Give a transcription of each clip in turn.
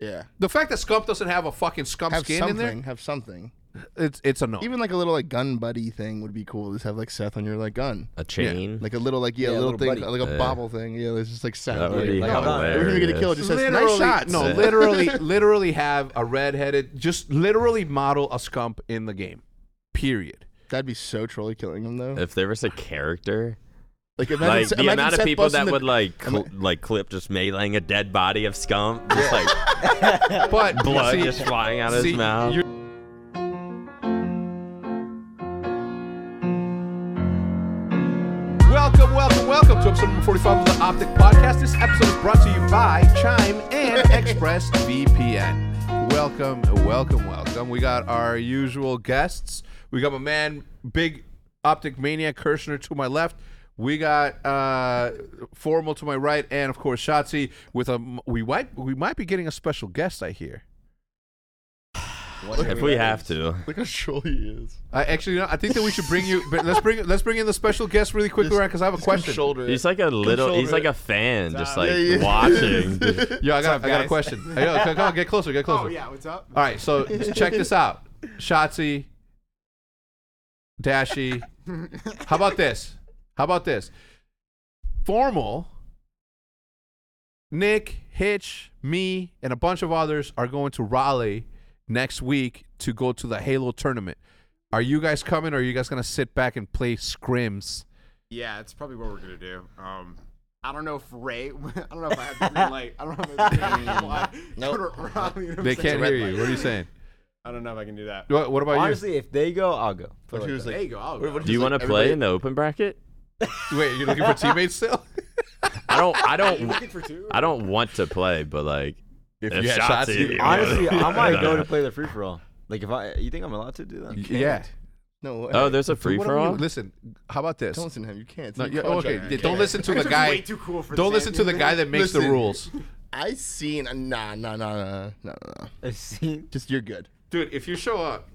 Yeah. The fact that Scump doesn't have a fucking Scump Have skin in something. there, Have something. it's it's Oh. a no. Even like a little like gun buddy thing would be cool. Just have like Seth on your like gun. A Mm-hmm. chain. Like a little like yeah, Yeah, a little, little thing buddy. like a bobble thing. Yeah, it's just like Seth. That would like, be Like, hold on. hilarious. We're gonna get killed. Just says nice Literally- shots. No, literally, literally have a redheaded, just literally model a Scump in the game. Period. That'd be so trolly killing him uh, though. If there was a character, Like like imagine, the imagine amount of Seth people busting that the- would like cl- like clip just meleeing a dead body of scum, just like But blood see, just flying out of see, his mouth. you're- Welcome, welcome, welcome to episode number 45 of the Optic Podcast. This episode is brought to you by Chime and ExpressVPN. Welcome, welcome, welcome. We got our usual guests. We got my man, Big Optic Maniac Kirshner to my left. We got uh, Formal to my right, and of course Shotzi with a. We might we might be getting a special guest. I hear. If we have to, Look how troll he is. I actually, no, I think that we should bring you. But let's bring let's bring in the special guest really quickly, Just- because I have a Just gonna question. Shoulder. he's it. like a little. He's shoulder like a fan, just like Yeah, yeah. watching. Yo, I got, up, I got a guys? question. Hey, yo, come on, get closer, get closer. Oh yeah, what's up? All right, so check this out. Shotzi, Dashy. How about this? How about this? Formal, Nick, Hitch, me, and a bunch of others are going to Raleigh next week to go to the Halo tournament. Are you guys coming or are you guys going to sit back and play scrims? Yeah, it's probably what we're gonna do. Um, I don't know if Ray. I don't know if I have the green light. I don't know if I have the green light. Nope. Go to Raleigh, you know what I'm They saying? can't hear you. What are you saying? I don't know if I can do that. What, what about Honestly, if they go, I'll go. Put it But like he was that. There you go. I'll go. Do you want to play in the open bracket? you? Wait, you're looking for teammates still? I don't. I You don't. looking for two? I don't want to play, but like, if, you had Shotzi- shots, you- Honestly, I might go to play the free for all. Like if I, you think I'm allowed to do that? yeah. No way. Oh, there's a free What for about you? all. Listen, how about this? Don't listen to him. You can't. It's No, in yeah, your okay, contract. yeah, don't listen to the It's guy. way too cool for don't this listen to the man. guy that makes the Listen. rules, I seen. Nah, nah, nah, nah, nah, nah. I see. Just you're good. dude. If you show up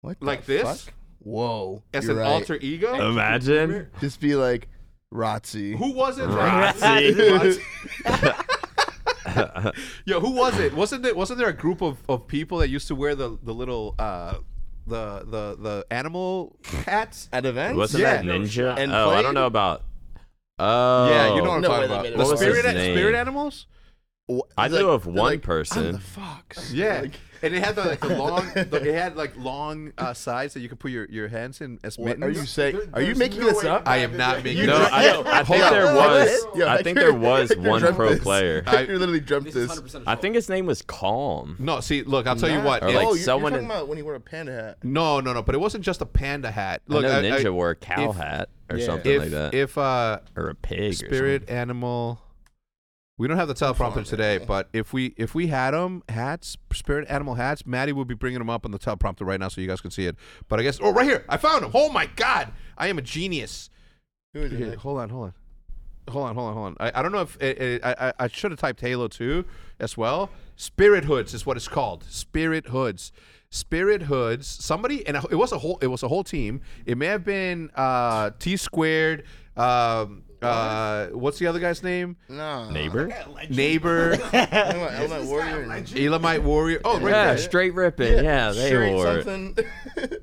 What? the like this fuck? Whoa. as you're an right. alter ego, Um, Imagine. Just be like, Rotzi. who was it? that- Rotzi. Yo, who was it? Wasn't it? Wasn't there a group of, of people that used to wear the the little uh the the the animal hats? At events? Wasn't Yeah. that Ninja? And oh, I played- don't know about. Oh, Yeah, you know what I'm No, talking wait a about. minute, The what was spirit his name? spirit animals. Wha- I they're knew like- of they're one like, person. I'm the fox. Yeah, Like, and it had the, like, the long. The, it had like long uh, sides that you could put your, your hands in as what mittens. are you saying? There- Are you there's making no this way up? I am not making. No, this- I, I think Hold there on. was. Yo, I think there was you one dreamt pro this. player. I- you literally dreamt This is this. 100% his I fault. think his name was Calm. No, see, look, I'll tell you what. Or, it- like, oh, you're, someone you're talking in- about when he wore a panda hat. no, no, no. But it wasn't just a panda hat. Look, I I- know I- Ninja wore a cow if- hat or yeah. something if like that, if uh, or a pig. spirit animal, we don't have the teleprompter today. But if we if we had them hats, spirit animal hats, Maddie would be bringing them up on the teleprompter right now, so you guys can see it. But I guess oh, right here, I found them. Oh my god, I am a genius. Who is Here, it? hold on, hold on. Hold on, hold on, hold on. I, I don't know if it, it, I I, I should have typed Halo 2 as well. Spirit Hoods is what it's called. Spirit Hoods, Spirit Hoods. Somebody and it was a whole it was a whole team. It may have been uh, T squared. Um, uh, what's the other guy's name? No. neighbor. Neighbor, I'm like, I'm like warrior. and- Elamite Warrior. Oh, right Yeah, there. straight ripping. Yeah, they Straight wore. it. something.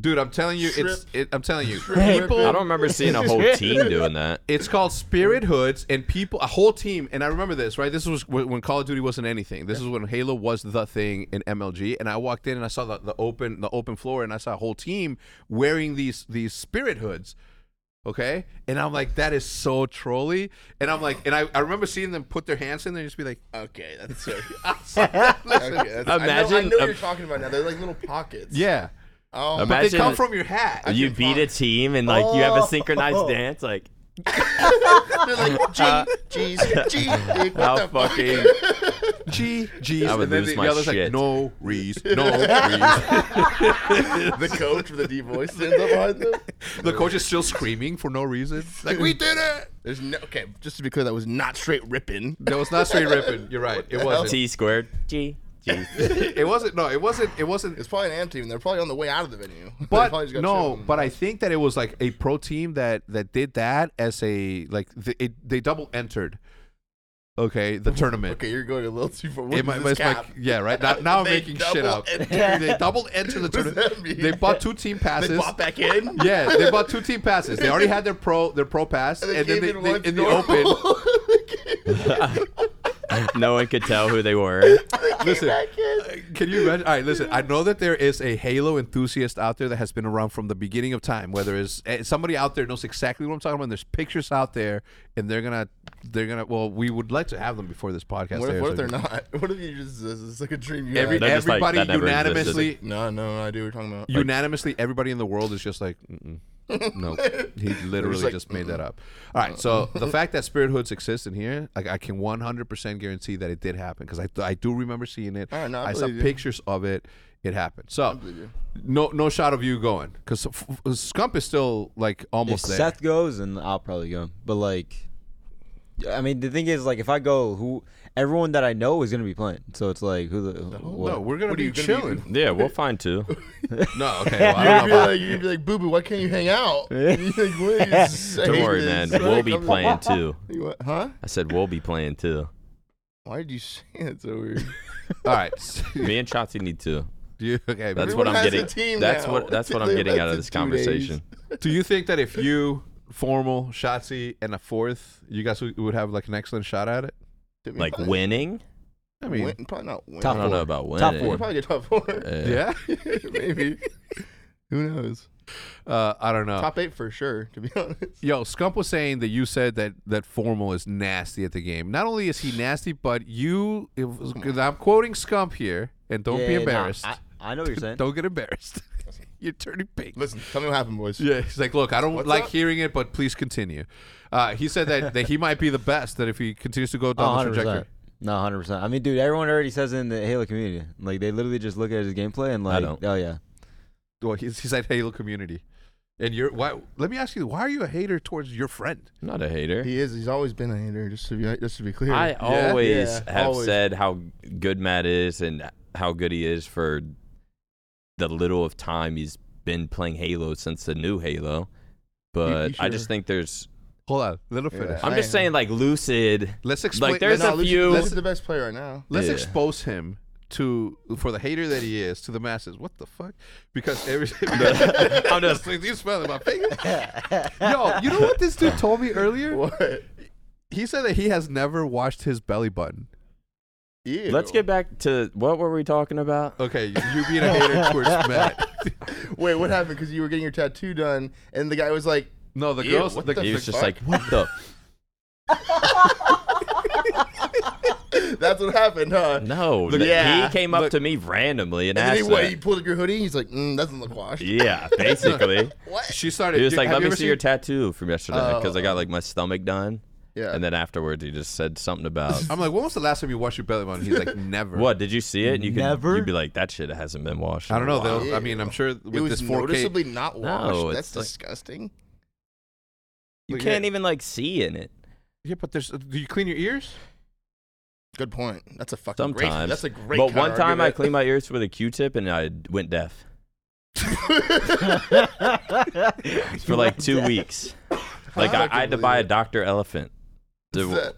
dude. I'm telling you, it's Strip. it, I'm telling you, I people don't remember seeing a whole team doing that. It's called Spirit Hoods, and people, a whole team, and I remember this, right? This was wh- when Call of Duty wasn't anything. This is when Halo was the thing in MLG, and I walked in and I saw the, the open the open floor, and I saw a whole team wearing these these Spirit Hoods, okay? And I'm like, that is so trolly, and I'm like, and I, I remember seeing them put their hands in there and just be like, okay, that's so. Okay, listen, that's, I know, I Imagine know what a- you're talking about now. They're like little pockets. yeah, Oh, but they Imagine come from your hat. You beat a team and like you have a synchronized dance. Like They're like, gee, geez, gee, dude, what how the fuck? fucking G G, I and would then lose the, my the other's like, shit. no Reese, no Reese. The coach with the deep voice stands up behind them. the coach is still screaming for no reason, like we did it. There's no. Okay, just to be clear, that was not straight ripping. No, it's not straight ripping. You're right. It wasn't. T squared G G. It wasn't. No, it wasn't. It wasn't. It's probably an amp team. They're probably on the way out of the venue. They probably But just got no, chosen. but I think that it was like a pro team that that did that as a like the, it, they double entered. Okay, the tournament. Okay, you're going a little too far. What It is might, this it's like- cap? yeah, right now, now I'm They making shit double up. entered- they doubled enter the What does tournament. that mean? They bought two team passes. They bought back in. yeah, they bought two team passes. They already had their pro their pro pass, and, they came then they, in they- once in the normal. open. no one could tell who they were. Listen, uh, can you imagine? All right, listen. I know that there is a Halo enthusiast out there that has been around from the beginning of time. Whether it's eh, somebody out there knows exactly what I'm talking about. and There's pictures out there, and they're gonna, they're gonna. Well, we would like to have them before this podcast. What if, airs, what so- if they're not? What if you just this is like a dream you Every, had? They're just like, everybody that never existed. unanimously No, no, no idea what you're talking about. unanimously everybody in the world is just like Mm-mm. no he literally like, just made that up all right so the fact that spirit hoods exist in here like i can 100% guarantee that it did happen because I, I do remember seeing it All right, no, I saw believe you. pictures of it it happened so no no shot of you going because f- f- scump is still like If almost there Seth goes, and I'll probably go. But like, I mean, the thing is, like, if I go, who everyone that I know is gonna be playing. So it's like, who the what? no Oh, we're What gonna are be you gonna be- chilling Yeah, we'll find two. no okay well, I You're don't gonna be know about- like, you're gonna be like, boo boo, why can't you hang out? You're like, "What is- I Don't hate worry, man. this." We'll be Come on. playing two. You what- Huh? I said we'll be playing two. Why did you say that so weird? all right Me and Chauncey need two. do you, okay That's Everyone what I'm has a getting. team that's now. what that's what I'm They getting out of lasted this two days. conversation. Do you think that if you formal Shotzi and a fourth, you guys would would have like an excellent shot at it? Did we Like probably- winning? I mean, win- probably not win. I Top don't know about winning. Top We're probably a top four. Uh, yeah, Maybe. Who knows? uh, I don't know. Top eight for sure, to be honest. Yo, Scump was saying that you said that that formal is nasty at the game. Not only is he nasty, but you. If, 'cause I'm quoting Scump here, and don't be Yeah, nah, embarrassed. I, I know what you're saying. don't get embarrassed. You're turning pink. Listen, tell me what happened, boys. Yeah, he's like, look, I don't What's like up? hearing it, but please continue. Uh, he said that, that he might be the best. That if he continues to go Oh, down the 100%. trajectory, No, 100%. I mean, dude, everyone already says in the Halo community. Like, they literally just look at his gameplay and, like, don't. oh, yeah. Well, he's, he's at Halo Community, and you're. Why, let me ask you, why are you a hater towards your friend? I'm not a hater. He is. He's always been a hater. Just to be, just to be clear. I always Yeah, have always. said how good Matt is and how good he is for the little of time he's been playing Halo since the new Halo. But I just sure- think there's. Hold on, let him finish. Yeah. I'm just I- saying, like Lucid. Let's explain. Like, there's let's no, a Lucy- few- Lucy's the best player right now. let's Yeah. expose him to for the hater that he is to the masses. What the fuck? Because every I'm just like you smelling my finger. Yo, you know what this dude told me earlier? What? He said that he has never washed his belly button. Ew. Let's get back to what were we talking about? Okay, you being a hater towards Matt. Wait, what happened? Because you were getting your tattoo done, and the guy was like, No, the Ew, girls. what The, the He was the- just like, what the? "That's what happened, huh?" No, Look- th- yeah, he came up look- to me randomly and, And then asked he, what, he that. pulled up your hoodie. He's like, mm, "Doesn't look washed." Yeah, basically. What? She started. He was dude, like, have "Let you me ever see your seen- tattoo from yesterday Oh, because I got like my stomach done." Yeah. And then afterwards, he just said something about I'm like, when was the last time you washed your belly button? He's like, never. what? Did you see it? And you could Never? you'd be like, "That shit hasn't been washed." I don't in a know. while." Though. I mean, I'm sure it with was this 4K. noticeably not washed. No, That's it's like- disgusting. You Look at can't it. even like see in it. Yeah, but there's. Do you clean your ears? Good point. That's a fucking Sometimes great. That's a great. But one counter time, I argument. cleaned my ears with a Q-tip and I went deaf for like two weeks. Like I, I had to buy a Dr. Elephant. What's To, that?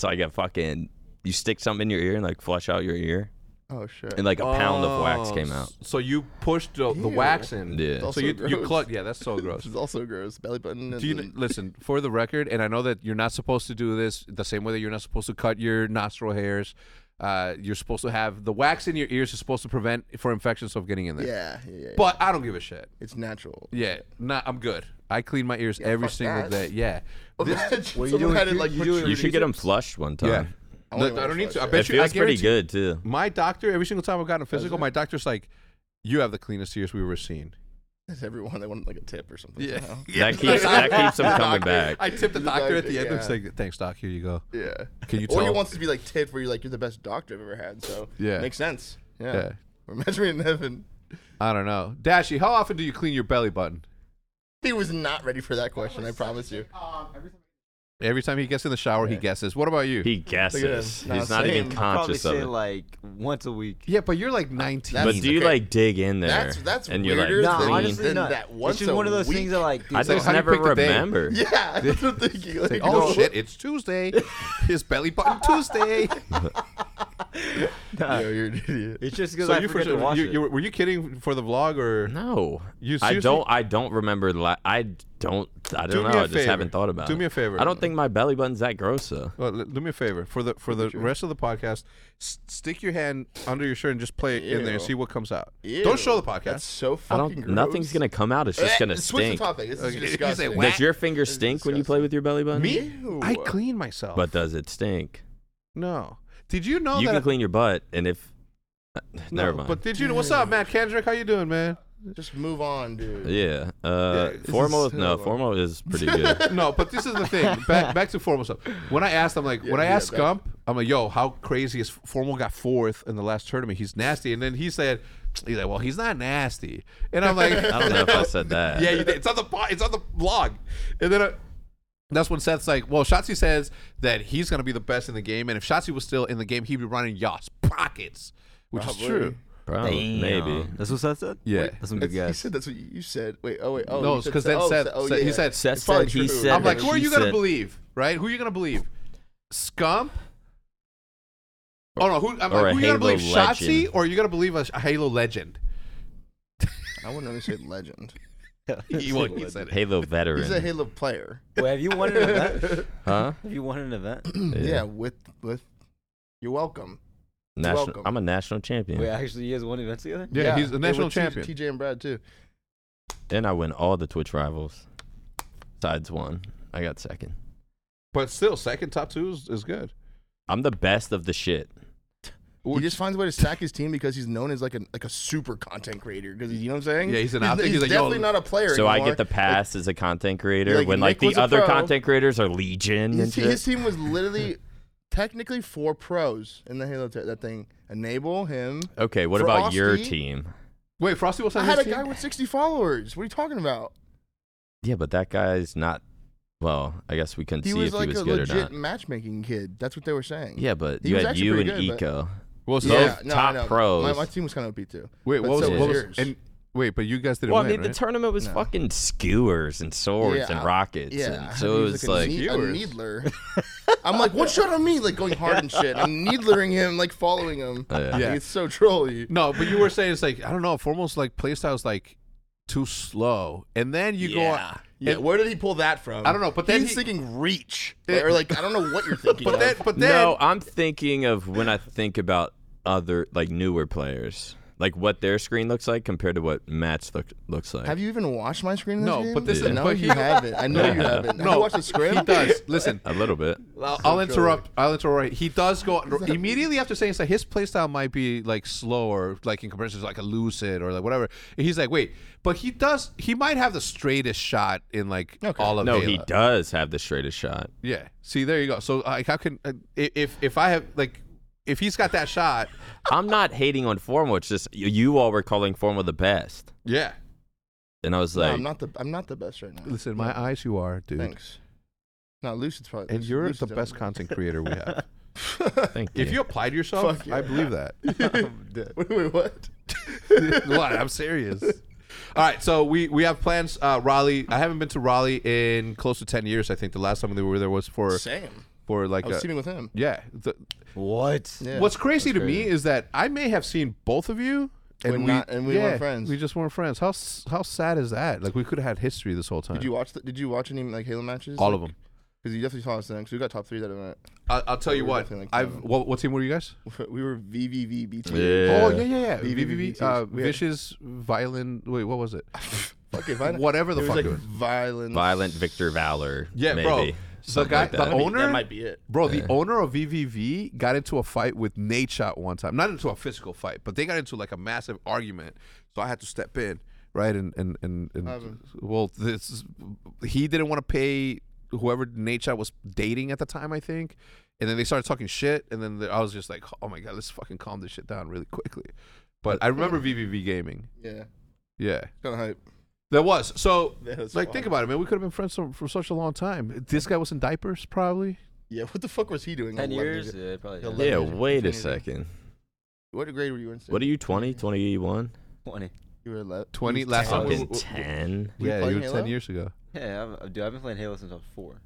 so I got fucking. You stick something in your ear and like flush out your ear, Oh shit. and like a pound of wax Oh, came out. So you pushed the, the Ew. wax in. Yeah. So Also you you gross. clucked. Yeah, that's so gross. This is also gross. Belly button. And Do you listen for the record? And I know that you're not supposed to do this the same way that you're not supposed to cut your nostril hairs. Uh, you're supposed to have the wax in your ears is supposed to prevent for infections of getting in there. yeah, yeah, yeah, yeah. But I don't give a shit. it's natural. Yeah, nah, I'm good. I clean my ears every fuck single that. Oh, day. Yeah. Imagine you someone doing- had it, you- like, you put doing- your- You should get them flushed one time. Yeah. I No, wanna I, go to don't need to. I flush It bet you. I feels pretty guarantee- good too. My doctor, every single time I've gotten a physical, my doctor's like, "You have the cleanest ears we've ever seen." That's everyone. They wanted like a tip or something. somehow. That keeps that keeps them coming back. I tipped The the doctor at doctor, the end. yeah. and was like, "Thanks, doc. Here you go." Yeah. Can you Or he tell- wants to be like tit where you're like, you're the best doctor I've ever had. So Yeah. makes sense. Yeah. Yeah. We're measuring in heaven. I don't know, Dashy. How often do you clean your belly button? He was not ready for that question, I promise you. Um, every time Every time he gets in the shower, he guesses. What about you? He guesses. Nah, He's not same. even I'd Probably conscious of say it. like once a week. yeah, but you're like 19. but That's- do you okay. like dig in there? That's- that's and you're weirder like, than- "Clean." honestly, Then that once it's just a one of those week? things that like. Dude, I It's like, just how do you never pick the day? remember. Yeah, that's what I'm thinking. Like, Like, you oh know, shit, it's Tuesday. His belly button Tuesday. Yo, you're an idiot. It's just because so I you for forget sure, to watch you, it. you were- were you kidding for the vlog or? No, You I seriously- don't. I don't remember. La- I don't. I don't Do me know. I a just favor. haven't thought about Do it. me a favor. I don't think my belly button's that gross though. Well, l- do me a favor for the for the rest of the podcast. S- stick your hand under your shirt and just play it in there and Ew. see what comes out. Ew, Don't show the podcast. That's so I fucking. don't. gross. Nothing's gonna come out. It's just Eh, gonna Switch the stink. topic. This is Okay, if you say disgusting. wha- Does your finger is stink when you play disgusting. with your belly button? Me? Ew. I clean myself. But does it stink? no. Did you know you that? can clean your butt, and if no, never mind. But did you know? What's up, Matt Kendrick? How you doing, man? Just move on, dude. yeah, uh, this is formal. No, terrible. formal is pretty good. no, but this is the thing. Back back to formal stuff. When I asked, I'm like, when I yeah, asked back- Gump, I'm like, yo, how crazy is formal? Got fourth in the last tournament. He's nasty. And then he said, he's like, well, he's not nasty. And I'm like, I don't know if I said that. Yeah, you did. It's on the po- it's on the blog, and then uh, that's when Seth's like, "Well, Shotzi says that he's gonna be the best in the game, and if Shotzi was still in the game, he'd be running Yas pockets, which Probably. is true. Probably, maybe. That's what Seth said. Yeah. that's some good That's, you guess. said that's what you, you said. Wait, oh wait, oh no, you said because so- then oh, Seth, so- oh, Seth- he yeah. said, Seth It's probably said he true. said "I'm like, that who are she you gonna said- believe? Right? Who are you gonna believe? Scump." Oh no! Who, I'm Or like, a who you gonna Halo believe, Shotzi, legend. or you gonna believe a, a Halo legend? I wouldn't understand legend. He, well, he said it. Halo veteran. He's a Halo player. Wait, have you won an event? huh? Have you won an event? yeah. with with. You're welcome. National, welcome. I'm a national champion, Wait, actually, you guys won events together. Yeah, he's a with national T- champion. TJ and Brad too. and I win all the Twitch rivals. Sides one, I got second. but still, second top two is, is good. I'm the best of the shit. He just finds a way to sack his team because he's known as like a like a super content creator. Because you know what I'm saying? Yeah, he's an he's, optic- he's, he's like, yo, definitely not a player. So I anymore. get the pass as a content creator like, when like Nick was the a other pro. content creators are Legion and His, shit. his team was literally technically four pros in the Halo. T- that thing enable him. okay, what about your Frosty. team? Wait, Frosty was on I his had a team? guy with 60 followers. What are you talking about? Yeah, but that guy's not. Well, I guess we couldn't He see was if like he was a good or legit not. matchmaking kid. That's what they were saying. Yeah, but He you was had actually you and pretty good, but- Eco. Well, so Yeah, Both no, top I know. pros. My, my team was kind of OP too. Wait, But what was, so what was yours. and wait, but you guys didn't Well, I win, mean, right? the tournament was No. fucking skewers and swords Yeah, and I- rockets, yeah, I and had so to it use, was like, like, a, ne- a Viewers. needler. I'm like, one shot on me, like going hard and shit. I'm needlering him, like following him. Oh, Yeah. Like, Yeah. it's so trolly. no, but you were saying it's like I don't know, Formal's like playstyle's like too slow, and then you go. Yeah, and- where did he pull that from? I don't know, but then he's he- thinking reach, or like I don't know what you're thinking. But of. then, but then, no, I'm thinking of when I think about other like newer players, like what their screen looks like compared to what Matt's look, looks like. have you even watched my screen? in No, game? but this is- no, but you he- haven't. I know you haven't. Have No, you watched the script? he does. Listen, a little bit. I'll, I'll interrupt. I'll interrupt. He does go immediately after saying it's like his playstyle might be like slower, like in comparison to like a lucid or like whatever. And he's like, wait, but he does. He might have the straightest shot in like Okay. all of No, Halo. he does have the straightest shot. Yeah. See, there you go. So like, how can uh, i- if if I have like if he's got that shot? I'm not hating on Formal. It's just you, you all were calling Formal the best, Yeah. and I was No, like, I'm not the. I'm not the best right now. Listen, my eyes, you are, dude. Thanks. No, Lucid's probably. And you're the Lucid's best definitely- content creator we have. thank If you applied yourself, Fuck yeah. I believe that. wait, wait, what? what? I'm serious. All right, so we, we have plans. Uh, Raleigh, I haven't been to Raleigh in close to ten years. I think the last time we were there was for Sam. for like I was a, teaming with him. yeah. The, What? Yeah. What's crazy to me is that I may have seen both of you, and When we not- and we yeah, weren't friends. We just weren't friends. How s- how sad is that? Like we could have had history this whole time. Did you watch? The, did you watch any like Halo matches? All of them. Because you definitely saw us then. Because we got top three that event. I'll, I'll tell we you were what. definitely like um, I've that. what, what team were you guys? We were VVVBT. Yeah. Oh yeah, yeah, yeah. VVVVTs. VVV, uh, We had- vicious, violin. Wait, what was it? Fuck if I know. Whatever the it was fuck like it was. violence. violent Victor Valor. Yeah, maybe. bro. The Something guy, like the that. owner, That might be it. bro, the owner of VVV got into a fight with Nate Shot one time. Not into a physical fight, but they got into like a massive argument. So I had to step in, right? And and and, and happened? well, this is- he didn't want to pay whoever Nate Shot was dating at the time, I think. And then they started talking shit, and then the- I was just like, oh my god, let's fucking calm this shit down really quickly. But I remember VVV gaming. Yeah. Yeah. Kind of hype. That was so. That was like, think wild. about it, man. We could have been friends so- for such a long time. This guy was in diapers, probably. Yeah, what the fuck was he doing? at Ten 11 years- years? Yeah, probably. He'll yeah. let- Yeah, Leverage wait a infinity. second. What grade were you in? Sid? What are you, 20, 21? Twenty. You were ele- 20 you were last 10. time. Fucking we- we- 10? Were you yeah, playing you were Halo? ten years ago. Yeah, I'm, dude, I've been playing Halo since I was four.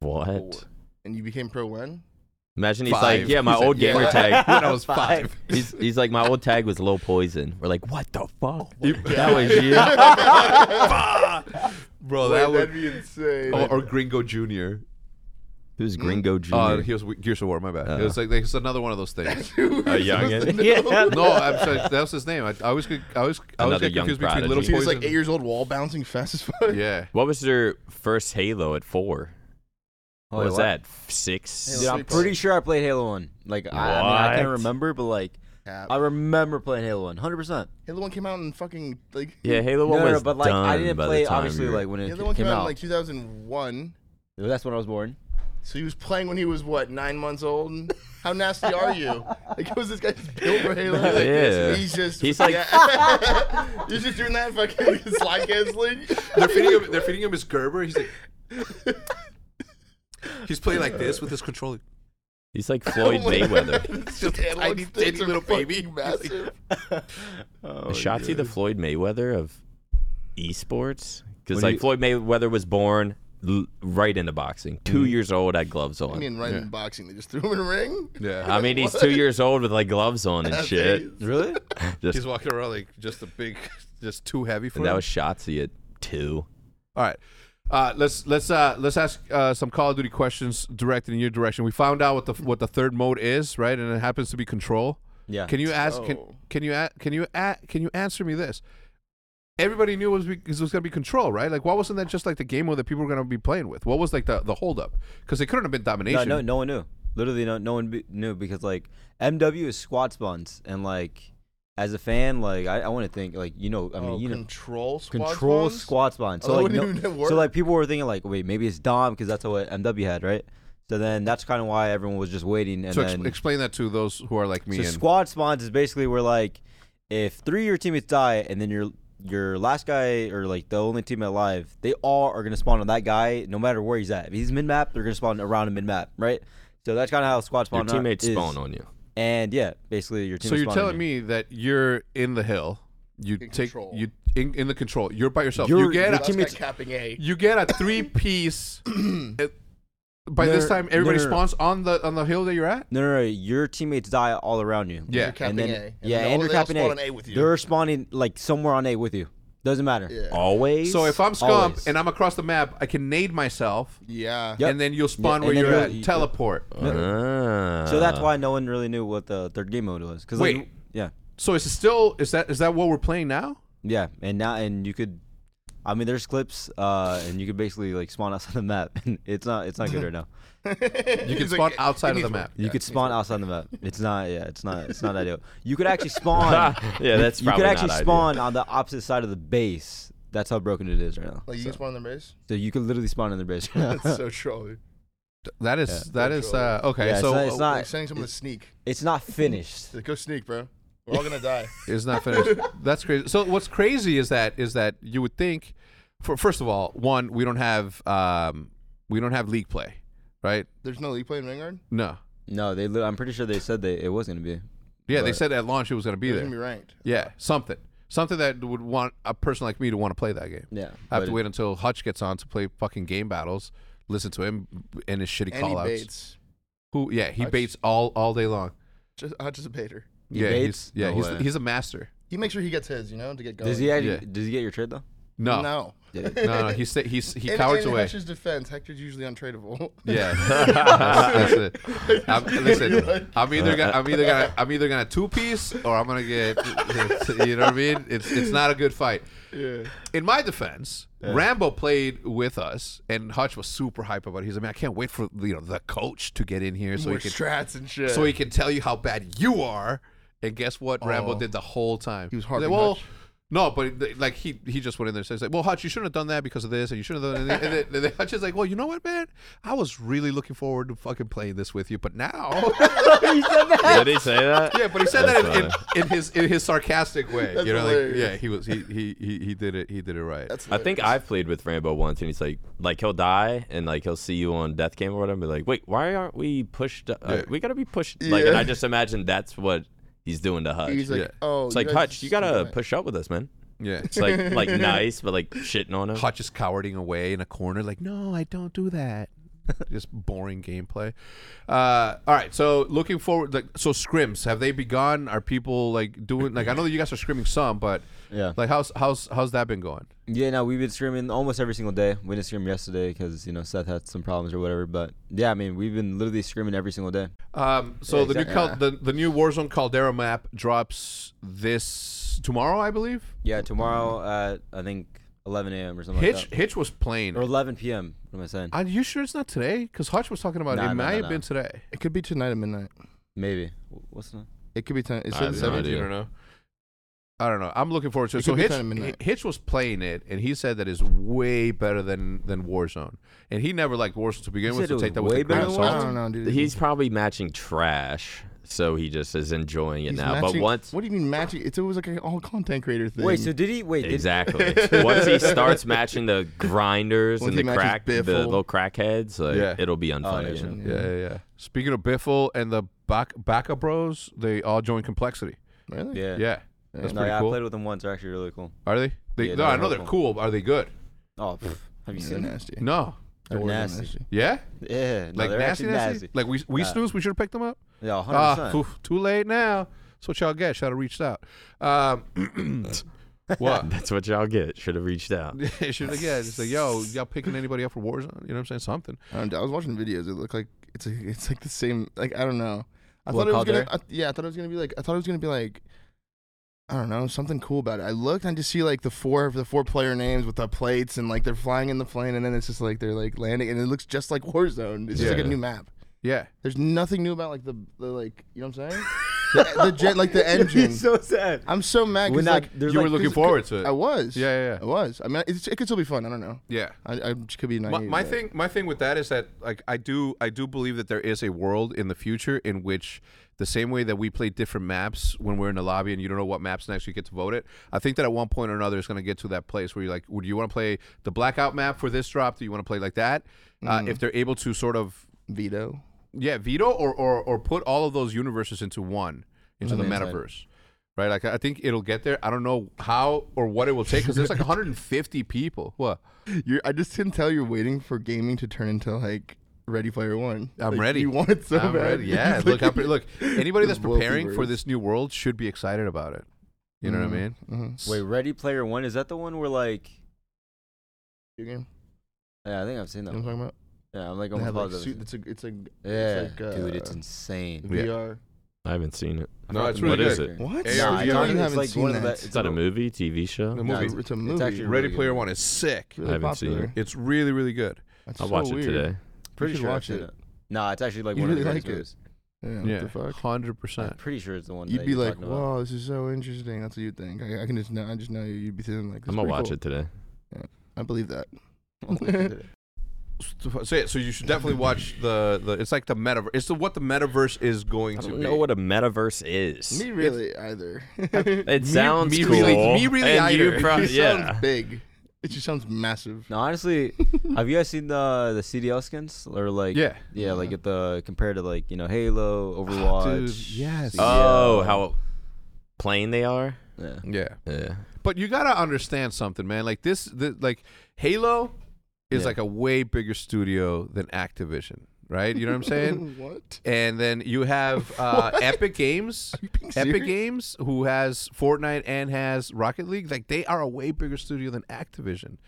What? And you became pro when? Imagine he's Five. like, yeah, my He said, old "Yeah." gamer tag. when I was five. He's, he's like, my old tag was low poison. We're like, what the fuck? that That was you. bro. Wait, that'd That would Oh, be Oh, insane. or, or Gringo Junior. Who's Uh, Gringo Jr.? Oh, he was Gears of War. My bad. it Uh. was like it's another one of those things. a youngin. yeah. no, I'm sorry, that was his name. I, I always, get- I always, I always Another get young confused between Little prodigy. He was Poison. like eight years old, wall bouncing fast as fuck. yeah, What was your first Halo at four? What was that? F- Six? Dude, I'm Six. pretty sure I played Halo One. Like I, I, mean, I can't What? remember, but like Cap. I remember playing Halo One, hundred percent. The other one came out in fucking like. Yeah, Halo No, 1 no, no, was but like I done didn't by the play time obviously we were- like when The it other one came came out in out. like 2001. That's when I was born. So he was playing when he was what nine months old. How nasty are you? Like was this guy just built for Halo? Like, Yeah. he's just He's like- yeah. you're just doing that fucking slide canceling. they're feeding him. They're feeding him his Gerber. He's like, he's playing like this with his controller. He's like Floyd Oh, Mayweather. It's just tiny, tiny little baby. massive. Oh, Is Shotzi the Floyd Mayweather of esports? When Because like you- Floyd Mayweather was born l- right into boxing. 2 Mm-hmm. years old, had gloves on. I mean, right in boxing, they just threw him in a ring. Yeah, I mean, he's two years old with like gloves on and shit. Really? Just, he's walking around like just a big, just too heavy for and that him. was Shotzi at two. All right. Uh, let's let's uh, let's ask uh, some Call of Duty questions directed in your direction. We found out what the what the third mode is, right? And it happens to be control. Yeah. Can you ask? Can, Oh. can you a, can you a, can you answer me this? Everybody knew it was be- it was gonna be control, right? Like, why wasn't that just like the game mode that people were gonna be playing with? What was like the the holdup? Because it couldn't have been No, domination. no, no one knew. Literally, no, no one be- knew because like MW is squat spawns, and like as a fan, like I, I want to think like you know, I mean, oh, you know, control squad control spawns? squat spawn. So Oh, that like, wouldn't no- even work. so like people were thinking like, wait, maybe it's Dom because that's what MW had, right? So then that's kind of why everyone was just waiting. And So ex- then explain that to those who are like me. so and squad spawns is basically where like if three of your teammates die and then your your last guy or like the only teammate alive, they all are gonna spawn on that guy no matter where he's at. If he's mid map, they're gonna spawn around a mid map, right? So that's kind of how squad Your spawn. on- teammates is. spawn on you. And yeah, basically your team. so you're telling me that you're in the hill. You take control. you in, in the control. You're by yourself. you You're- get your a- That's teammates- got capping A. you get a three piece. by this No, time, everybody no, no, no. spawns on the on the hill that you're at. No, no, no. Your teammates die all around you. Yeah. Capping and then, A. And yeah, then all- and you're they all capping spawn on A with you. They're spawning like somewhere on A with you. Doesn't matter. Yeah. Always. So if I'm scump Always. and I'm across the map, I can nade myself, Yeah. Yep. and then you'll spawn and where then you're you'll- at. you- Teleport. Ah. So that's why no one really knew what the third game mode was. Cause Wait. Like, yeah. So is it still is that is that what we're playing now? Yeah, and now and you could, I mean, there's clips, uh, and you could basically like spawn outside the map. it's not, it's not good right now. You can It's spawn like, it- outside it of the needs map. You could spawn outside the map. It's not, yeah, it's not, it's not ideal. You could actually spawn. yeah, that's you probably could actually not ideal. spawn on the opposite side of the base. That's how broken it is right now. Like you so, can spawn on the base. so you could literally spawn in the base. Right That's now. so trolly. That is that is uh, okay. Yeah, it's so not- it's Like not, sending someone to sneak. it's not finished. Like, Go sneak, bro. We're all gonna die. It's not finished. That's crazy. So what's crazy is that is that you would think, for first of all, one we don't have um we don't have league play, right? There's no league play in Vanguard. No. No, they. Li- I'm pretty sure they said they it was gonna be. Yeah, they Right. said at launch it was going to be It's there. gonna be ranked. Yeah, something. Something that would want a person like me to want to play that game. Yeah, I have to but- wait until Hutch gets on to play fucking game battles, listen to him and his shitty And call he outs. baits. Who yeah, he Hutch? baits all all day long. Just, uh, just a baiter. He yeah, baits? he's yeah, No he's way. he's a master. He makes sure he gets his, you know, to get going. Oh, Does he? Actually, Yeah. Does he get your trade though? No. No, No. no, no. He sta- he's he In- cowards in away. Hutch's defense, Hector's usually untradeable. Yeah, that's, that's it. I'm, listen, I'm either gonna, I'm either gonna, I'm either gonna two piece or I'm gonna get. You know what I mean? It's it's not a good fight. yeah. In my defense, Rambo played with us, and Hutch was super hype about it. He's like, man, I can't wait for you know the coach to get in here so More he can strats and shit. so he can tell you how bad you are. And guess what? Rambo did the whole time. Oh. He was hard. harping well, Hutch. No, but th- like he he just went in there and says like, "Well, Hutch, you shouldn't have done that because of this, and you shouldn't have done." That. And, then, and then Hutch is like, "Well, you know what, man? I was really looking forward to fucking playing this with you, but now." Did he say that? yeah, but he said That's that in, in, in his in his sarcastic way. That's you know, hilarious. like yeah, he was he, he he he did it he did it right. That's I think I've played with Rambo once, and he's like, like he'll die, and like he'll see you on death game or whatever. And be like, wait, why aren't we pushed? Uh, Yeah. We gotta be pushed. Like, and Yeah. I just imagine that's what he's doing to Hutch. he's like, yeah. oh, it's like guys Hutch, you gotta suck." push up with us, man. yeah. It's like like nice, but like shitting on him. Hutch is cowering away in a corner, like, no, I don't do that. Just boring gameplay. Uh, all right, so looking forward, like, so scrims have they begun? Are people like doing like I know that you guys are scrimming some, but Yeah. like how's how's how's that been going? Yeah, no, we've been screaming almost every single day. We didn't scream yesterday because you know Seth had some problems or whatever. But yeah, I mean, we've been literally screaming every single day. Um, so Yeah, the new exactly. cal- the the new Warzone Caldera map drops this tomorrow, I believe. Yeah, tomorrow at I think 11 a.m. or something Hitch like that, Hitch was or playing. 11 p.m. What am I saying? Are you sure it's not today? Because Hutch was talking about it. Nah, it nah, might nah, have nah. been today. It could be tonight at midnight. Maybe. Wh- What's the? It could be tonight. It's I have at no seven. idea. I don't know. I don't know. I'm looking forward to it. It so could be Hitch, kind of midnight. Hitch was playing it, and he said that is way better than than Warzone. And he never liked Warzone to begin He with. said So it take that was with way a grain of better I than don't, I salt. don't know, dude. He's probably matching trash, so he just is enjoying it He's now. matching- But once What do you mean matching? It's always like an all content creator thing. Wait, so did he? Wait, did, exactly, once he starts matching the grinders Once and he the matches crack, the Biffle. little crackheads, like, Yeah. it'll be Oh, yeah, unfunny. sure. Yeah, yeah, yeah. Speaking of Biffle and the back Backa Bros, they all joined Complexity. really? Yeah. Yeah, that's No, pretty yeah, I cool. played with them once. They're actually really cool. Are they? they Yeah, no, they're I know they're helpful. cool. but Are they good? Oh, pff, have you They're seen them? nasty. No. They're They're really nasty. Yeah. Yeah, no, like they're nasty, actually nasty, nasty. Like we we Nah. snooze. We should have picked them up. Yeah, 100. Ah, too, too late now. That's what y'all get. Should have reached out. Um, what? That's what y'all get. Should have reached out. They should again. It's like, yo, y'all picking anybody up for Warzone? You know what I'm saying? Something. I, don't, know. I was watching videos. It looked like it's like, it's like the same. Like I don't know. I What, thought it was gonna. Caldera? I, yeah, I thought it was gonna be like. I thought it was gonna be like. I don't know something cool about it. I looked and I just see like the four the four player names with the plates and like they're flying in the plane and then it's just like they're like landing and it looks just like Warzone. It's just like Yeah. a new map. Yeah. There's nothing new about like the, the like you know what I'm saying? the, the jet like the engine. so sad. I'm so mad We're because not. like, There's you were like- looking this- forward to it. I was. Yeah, yeah, yeah. I was. I mean, it's, it could still be fun. I don't know. yeah. I, I just could be naive. My, my but- thing, my thing with that is that, like, I do, I do believe that there is a world in the future in which, the same way that we play different maps when we're in the lobby and you don't know what maps next, you get to vote it. I think that at one point or another, it's going to get to that place where you're like, would you want to play the blackout map for this drop? Do you want to play like that? Uh, if they're able to sort of veto. Yeah, veto or, or or put all of those universes into one, into the metaverse, right? Like I think it'll get there. I don't know how or what it will take because there's like 150 people. What? You're, I just can tell you're waiting for gaming to turn into like Ready Player One. I'm Like, ready. You want it so I'm bad. ready. Yeah. look, I'm, pre- look. Anybody that's The preparing for multiverse. this new world should be excited about it. You know what I mean? Mhm. Wait, Ready Player One is that the one where like? Your game. Yeah, I think I've seen You know Mm-hmm. that. what I'm one. talking about? Yeah, I'm like They almost have, like, positive. suit- it's a it's a yeah, it's like, dude, uh, it's insane. Yeah. VR. I haven't seen it. I No, forgot it's the really name good. of it. What? Hey, Nah, VR, it's, you it's haven't like seen one of the. that. It's Is that a movie, TV show? The No, movie. it's, it's a movie. it's actually Ready really Player good. One is sick. Really I haven't seen popular. It's really really good. It's I'll so watch weird. it today. Pretty should sure watch I've seen it. it. No, it's actually like You one of the really greatest like it. movies. Yeah. What Yeah, the fuck? hundred I'm percent. pretty sure it's the one. You'd that be you're like, talking about. "Wow, this is so interesting." That's what you think. I, I can just know. I just know you. You'd be thinking like, this I'm is gonna pretty watch cool. it today. I believe that. So yeah, so you should definitely watch the the. It's like the metaverse. It's the what the metaverse is going I to don't be. know what a metaverse is. Me really either. It sounds me cool. really- me really and you either. prob- It yeah. sounds big. It just sounds massive. No, honestly, have you guys seen the the CDL skins or like Yeah. yeah like at the compared to like you know Halo, Overwatch, yes. CDL. Oh, how plain they are. yeah. Yeah, Yeah. but you gotta understand something, man. Like this, the, like Halo is Yeah. like a way bigger studio than Activision, right? You know what I'm saying? What? and then you have uh, Epic Games, being Epic serious? Games, who has Fortnite and has Rocket League. Like they are a way bigger studio than Activision.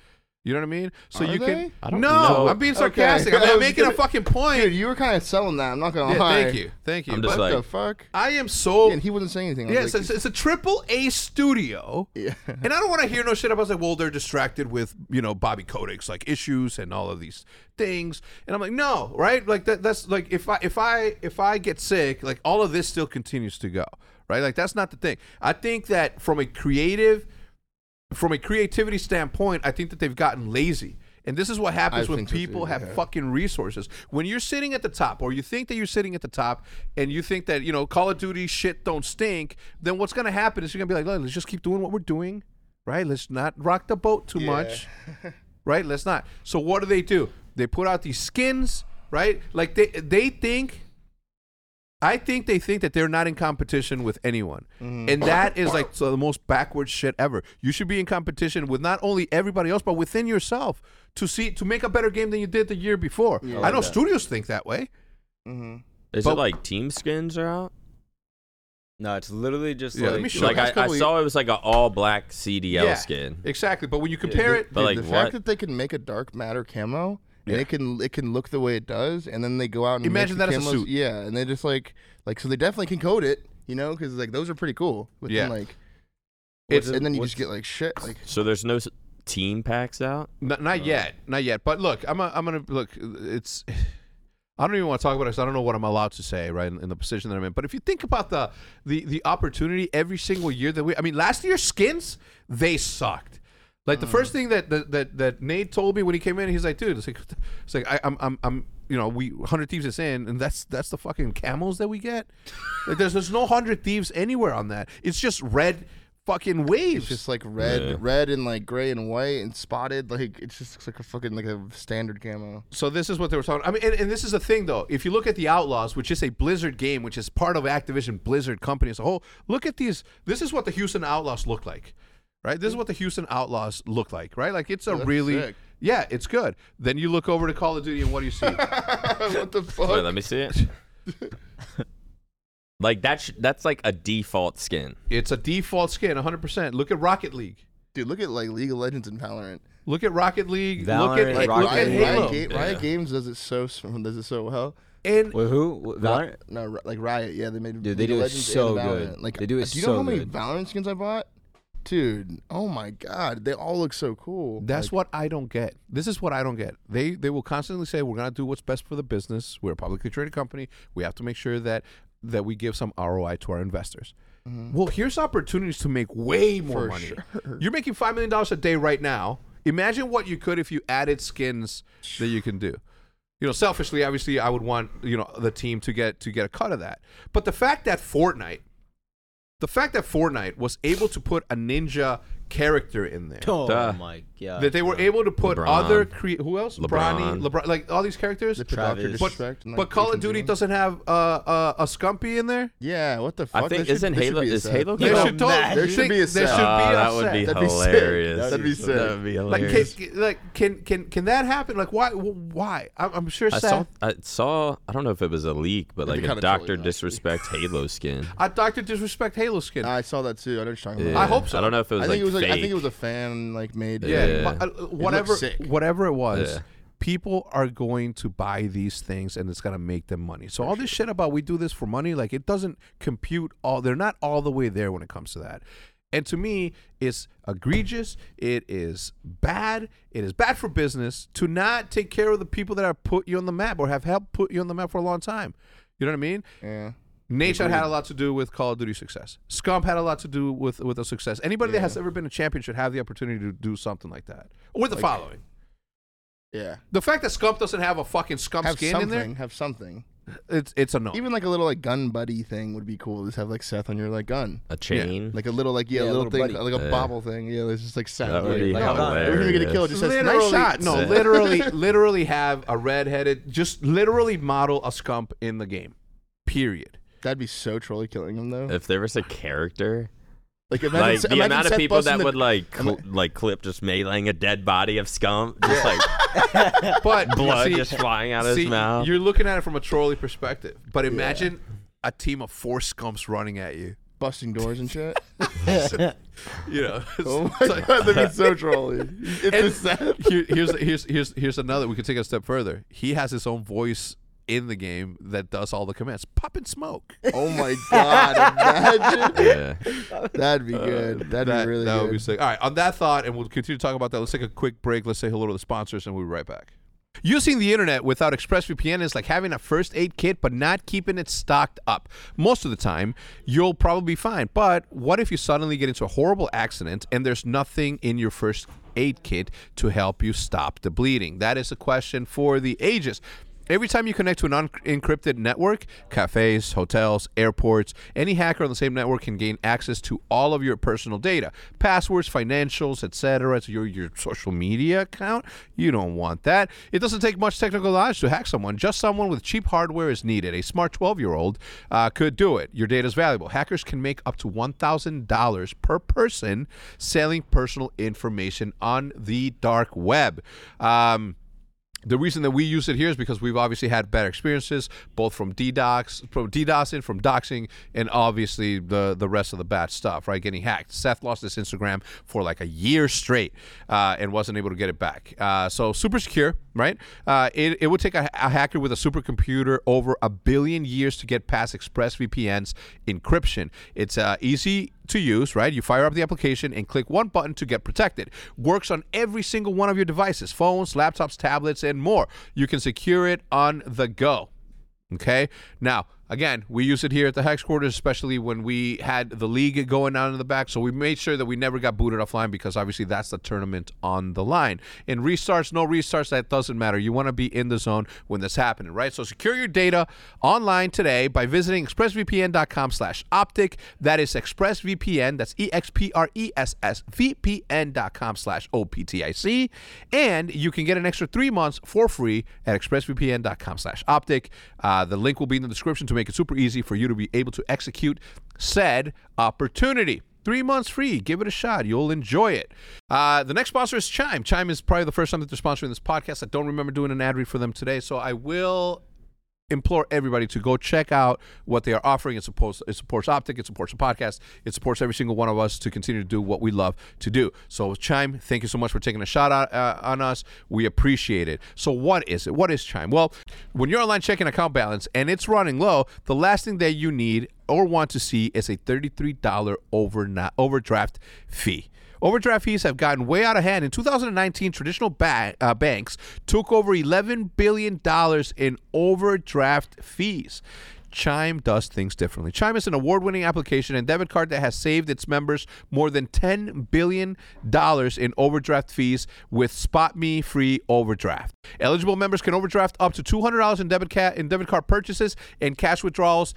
You know what I mean? So Are you they? can I don't no, know. I'm being Okay. sarcastic. I'm I not was making a gonna- fucking point. Dude, you were kind of selling that. I'm not gonna Yeah, lie. thank you, thank you. I'm just But- What Like- the fuck? I am so Yeah, and he wasn't saying anything. I Yes, was it's, like, it's a triple A studio, Yeah. and I don't want to hear no shit about like, well, they're distracted with you know Bobby Kodak's like issues and all of these things, and I'm like, no, right? Like that, that's like if I if I if I get sick, like all of this still continues to go, right? Like that's not the thing. I think that from a creative from a creativity standpoint, I think that they've gotten lazy. And this is what happens I when think so too, people have yeah. fucking resources. When you're sitting at the top, or you think that you're sitting at the top, and you think that you know Call of Duty shit don't stink, then what's gonna happen is you're gonna be like, "Look, let's just keep doing what we're doing, right? Let's not rock the boat too much, right? Let's not. So what do they do? They put out these skins, right? Like they they think I think they think that they're not in competition with anyone. Mm-hmm. And that is like so the most backward shit ever. You should be in competition with not only everybody else, but within yourself to see to make a better game than you did the year before. I, know studios think that way. Mm-hmm. Is But- it like team skins are out? No, it's literally just Yeah, let like me show like that's I, I probably- saw it was like an all black CDL skin. Exactly. But when you compare it, But like the what? fact that they can make a dark matter camo and Yeah. it can it can look the way it does, and then they go out and make Imagine the that as a camos- suit. Yeah, and they just like like so they definitely can code it, you know, because like those are pretty cool. Within, Yeah. like It's- and then you just get like shit. Like so there's no s- team packs out. Not, not yet, not yet. But look, I'm a, I'm gonna look. It's I don't even want to talk about it because I don't know what I'm allowed to say right in, in the position that I'm in. But if you think about the the the opportunity every single year that we, I mean, last year's skins they sucked. Like the Mm. first thing that that that, that Nate told me when he came in, he's like, dude, it's like it's like I, I'm I'm I'm you know we hundred thieves is in, and that's that's the fucking camels that we get. like there's there's no hundred thieves anywhere on that. It's just red fucking waves. it's just like red, red and like gray and white and spotted. Like it just looks like a fucking like a standard camo. So this is what they were talking. I mean, and, and this is the thing though. If you look at the Outlaws, which is a Blizzard game, which is part of Activision Blizzard company as a whole, look at these. This is what the Houston Outlaws look like, right? This is what the Houston Outlaws look like, right? Like it's a that's really, sick. yeah, it's good. Then you look over to Call of Duty, and what do you see? what the fuck? Wait, let me see it. like that's that's like a default skin. it's a default skin, 100. percent Look at Rocket League. Dude, look at like League of Legends and Valorant. Look at Rocket League. Valorant, look at, Like, look at Riot, League. Halo. Riot, Ga- Riot Games does it so s- does it so well. And Wait, who? What, Valorant? No, Ri- like Riot, yeah, they made Dude, they League do of it Legends so and Valorant. good. Like, uh, They do it Do you know so how many good. Valorant skins I bought? Dude, oh my god, they all look so cool. That's like, what I don't get. This is what I don't get. They they will constantly say we're gonna do what's best for the business. We're a publicly traded company. We have to make sure that that we give some ROI to our investors. Well, here's opportunities to make way Mm-hmm. For more money. sure. You're making five million dollars a day right now. Imagine what you could if you added skins that you can do. You know, selfishly, obviously, I would want you know the team to get to get a cut of that. But the fact that Fortnite, the fact that Fortnite was able to put a ninja character in there, Oh Duh. my god. that they were able to put Uh, LeBron. other cre- who else Bronny, LeBron. LeBron, like all these characters. they put Dr. Travis. But- Disrespect and, like, but Call of Ethan Duty Bean. doesn't have uh, uh, a scumpy in there. Yeah, what the fuck? There I think should- isn't there should Halo be a is set. Halo. There coming should, totally- There should think be a there set. should be Oh, a that would be set. That'd be sick. hilarious. That'd be sick. That'd be like hilarious. can, can- like can can can that happen? Like why wh- why? I'm, I'm sure. I Seth, saw, I saw. I don't know if it was a leak, but It'd like be a kinda totally Doctor not. Disrespect Halo skin. I Doctor Disrespect Halo skin. I saw that too. I know what you're talking Yeah. about. I hope so. I don't know if it I was think like it was like fake. I think it was a fan like made. yeah, Yeah. but, uh, whatever sick. whatever it was Yeah. people are going to buy these things and it's going to make them money so all this shit about we do this for money like it doesn't compute all they're not all the way there when it comes to that and to me it's egregious it is bad it is bad for business to not take care of the people that have put you on the map or have helped put you on the map for a long time you know what i mean Yeah. Nation had a lot to do with Call of Duty success. Scump had a lot to do with with the success. Anybody that has ever been a champion should have the opportunity to do something like that. Or the following. Yeah. The fact that Scump doesn't have a fucking Scump Have skin in there, something. Have something. it's it's a no. Even like a little like gun buddy thing would be cool. Just have like Seth on your like gun. a chain. Like a little like yeah, Yeah, a little, little thing buddy. like a Uh, Yeah. bobble thing. Yeah, it's just like Seth. that would like, be like, Like, hold on. hilarious. We're gonna get a kill. It Just says nice Literally- shots. No, literally, literally have a redheaded, just literally model a Scump in the game. Period. That'd be so trolley killing him though. if there was a character, Like, like imagine, the imagine amount of Seth people busting that the- would like cl- like clip just meleeing a dead body of scum, just like But blood see, just flying out of see, his mouth. you're looking at it from a trolley perspective. But imagine a team of four Scumps running at you. busting doors and shit. You know, it's- oh my god, that'd be so trolly. It's the Seth. Here, here's here's here's here's another. We could take it a step further. He has his own voice in the game that does all the commands. Pop and smoke. Oh my god, imagine. yeah. That'd Uh, be good. That'd That, be really that good. would be sick. All right. On that thought, and we'll continue to talk about that. Let's take a quick break. Let's say hello to the sponsors, and we'll be right back. Using the internet without ExpressVPN is like having a first aid kit but not keeping it stocked up. Most of the time, you'll probably be fine. But what if you suddenly get into a horrible accident and there's nothing in your first aid kit to help you stop the bleeding? That is a question for the ages. Every time you connect to an unencrypted network, cafes, hotels, airports, any hacker on the same network can gain access to all of your personal data, passwords, financials, etc. to your, your social media account. You don't want that. It doesn't take much technical knowledge to hack someone. Just someone with cheap hardware is needed. A smart 12-year-old uh, could do it. Your data is valuable. Hackers can make up to $1,000 per person selling personal information on the dark web. Um, the reason that we use it here is because we've obviously had better experiences, both from DDoS, from DDoSing, from doxing, and obviously the the rest of the bad stuff, right? Getting hacked. Seth lost his Instagram for like a year straight uh, and wasn't able to get it back. Uh, so super secure, right? Uh, it, it would take a, a hacker with a supercomputer over a billion years to get past ExpressVPN's encryption. It's uh, easy to use, right? You fire up the application and click one button to get protected. Works on every single one of your devices phones, laptops, tablets, and more. You can secure it on the go. Okay? Now, again, we use it here at the Hex Quarters, especially when we had the league going on in the back. So we made sure that we never got booted offline because obviously that's the tournament on the line. And restarts, no restarts, that doesn't matter. You want to be in the zone when this happening, right? So secure your data online today by visiting expressvpn.com slash optic. That is expressvpn. That's E E-X-P-R-E-S-S-V-P-N dot com slash O-P-T-I-C. And you can get an extra three months for free at expressvpn.com slash optic. Uh, the link will be in the description to make it super easy for you to be able to execute said opportunity. Three months free. Give it a shot. You'll enjoy it. Uh, the next sponsor is Chime. Chime is probably the first time that they're sponsoring this podcast. I don't remember doing an ad read for them today, so I will implore everybody to go check out what they are offering. It supports it supports Optic, it supports the podcast, it supports every single one of us to continue to do what we love to do. So Chime, thank you so much for taking a shot out, uh, on us. We appreciate it. So what is it? What is Chime? Well, when you're online checking account balance and it's running low, the last thing that you need or want to see is a $33 overna- overdraft fee. Overdraft fees have gotten way out of hand. In 2019, traditional ba- uh, banks took over $11 billion in overdraft fees. Chime does things differently. Chime is an award winning application and debit card that has saved its members more than $10 billion in overdraft fees with Spot Me free overdraft. Eligible members can overdraft up to $200 in debit, ca- in debit card purchases and cash withdrawals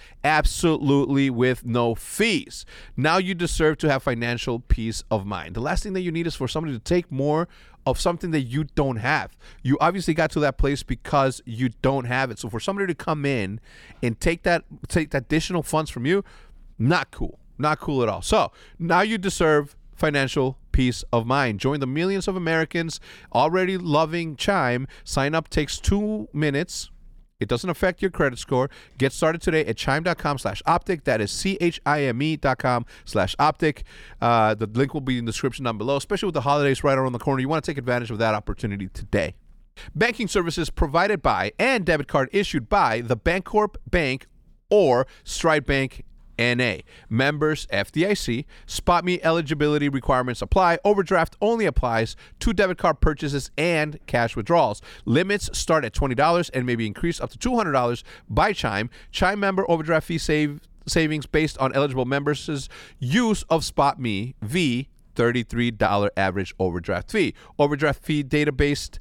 absolutely with no fees. Now you deserve to have financial peace of mind. The last thing that you need is for somebody to take more of something that you don't have. You obviously got to that place because you don't have it. So for somebody to come in and take that take that additional funds from you, not cool. Not cool at all. So now you deserve financial peace of mind. Join the millions of Americans already loving Chime. Sign up takes two minutes. It doesn't affect your credit score. Get started today at chime.com slash optic. That is C H I M E dot com slash optic. Uh, the link will be in the description down below, especially with the holidays right around the corner. You want to take advantage of that opportunity today. Banking services provided by and debit card issued by the Bancorp Bank or Stride Bank NA. Members FDIC. Spot me eligibility requirements apply. Overdraft only applies to debit card purchases and cash withdrawals. Limits start at $20 and may be increased up to $200 by Chime. Chime member overdraft fee save savings based on eligible members' use of Spot Me V $33 average overdraft fee. Overdraft fee data based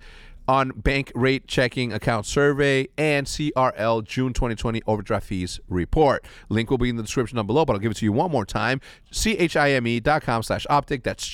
on bank rate checking account survey and CRL June 2020 overdraft fees report. Link will be in the description down below, but I'll give it to you one more time. chime.com E slash optic. That's